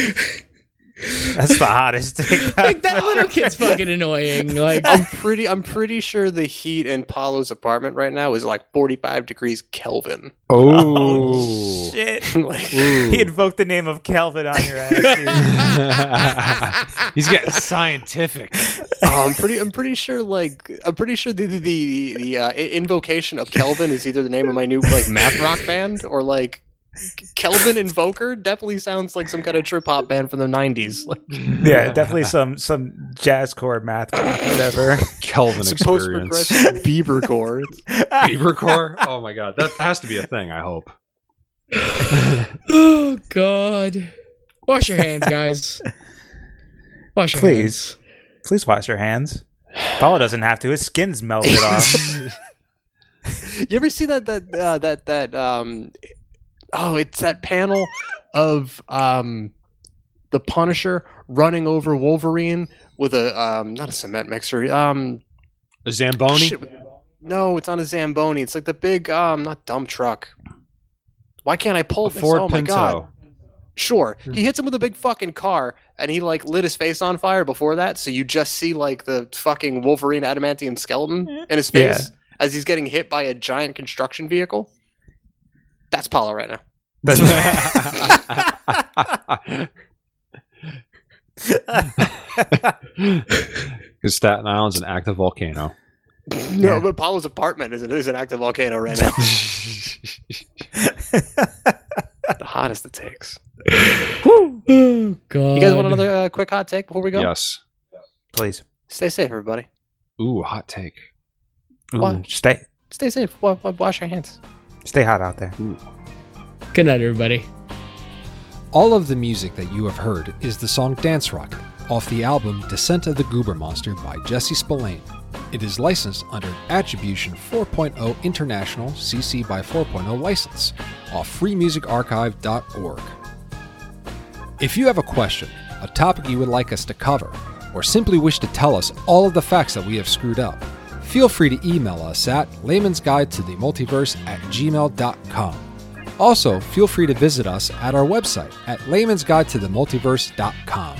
Speaker 4: That's the hottest thing.
Speaker 2: like that little kid's fucking annoying. Like
Speaker 3: I'm pretty I'm pretty sure the heat in Paolo's apartment right now is like 45 degrees Kelvin.
Speaker 4: Oh,
Speaker 1: Oh.
Speaker 4: shit.
Speaker 3: like
Speaker 1: Ooh.
Speaker 4: He invoked the name of Calvin on your ass.
Speaker 1: He's getting scientific.
Speaker 3: oh, I'm pretty I'm pretty sure like I'm pretty sure the the the, the uh, i- invocation of Kelvin is either the name of my new like math rock band or like Kelvin Invoker definitely sounds like some kind of trip hop band from the 90s. Like
Speaker 4: dude. yeah, definitely some some jazz chord math, whatever.
Speaker 1: Kelvin
Speaker 3: some
Speaker 1: experience.
Speaker 3: post-progressive Bieber core.
Speaker 1: Beaver core. Oh my god, that has to be a thing. I hope.
Speaker 2: oh god. Wash your hands, guys. Wash your
Speaker 4: Please.
Speaker 2: hands.
Speaker 4: Please wash your hands. Paula doesn't have to. His skin's melted off.
Speaker 3: You ever see that that uh, that that um oh it's that panel of um the Punisher running over Wolverine with a um not a cement mixer um
Speaker 1: A Zamboni.
Speaker 3: shit with- no it's not a Zamboni it's like the big um not dump truck why can't I pull
Speaker 1: A
Speaker 3: this
Speaker 1: Ford
Speaker 3: oh my
Speaker 1: Pinto.
Speaker 3: god sure
Speaker 1: Hmm.
Speaker 3: he hits him with a big fucking car and he like lit his face on fire before that so you just see like the fucking Wolverine adamantium skeleton in his
Speaker 4: Yeah.
Speaker 3: face as he's getting hit by a giant construction vehicle. That's Paula right now.
Speaker 1: Because Staten Island's an active volcano.
Speaker 3: No,
Speaker 4: Yeah.
Speaker 3: but Paula's apartment is an, is an active volcano right now. the hottest it takes.
Speaker 2: Oh god.
Speaker 3: You guys want another uh, quick hot take before we go?
Speaker 1: yes.
Speaker 4: Please.
Speaker 3: Stay safe, everybody.
Speaker 1: Ooh, hot take.
Speaker 4: Ooh,
Speaker 3: Why?
Speaker 4: stay
Speaker 3: Stay safe. Wa- wa- Wash your hands.
Speaker 4: stay hot out there.
Speaker 2: Good night, everybody.
Speaker 1: All of the music that you have heard is the song Dance Rocket off the album Descent of the Goober Monster by Jesse Spillane. It is licensed under Attribution 4.0 International CC by 4.0 license off freemusicarchive.org. If you have a question, a topic you would like us to cover, or simply wish to tell us all of the facts that we have screwed up, feel free to email us at layman's guide to the multiverse at gmail.com. Also, feel free to visit us at our website at layman'sguide to the multiverse.com.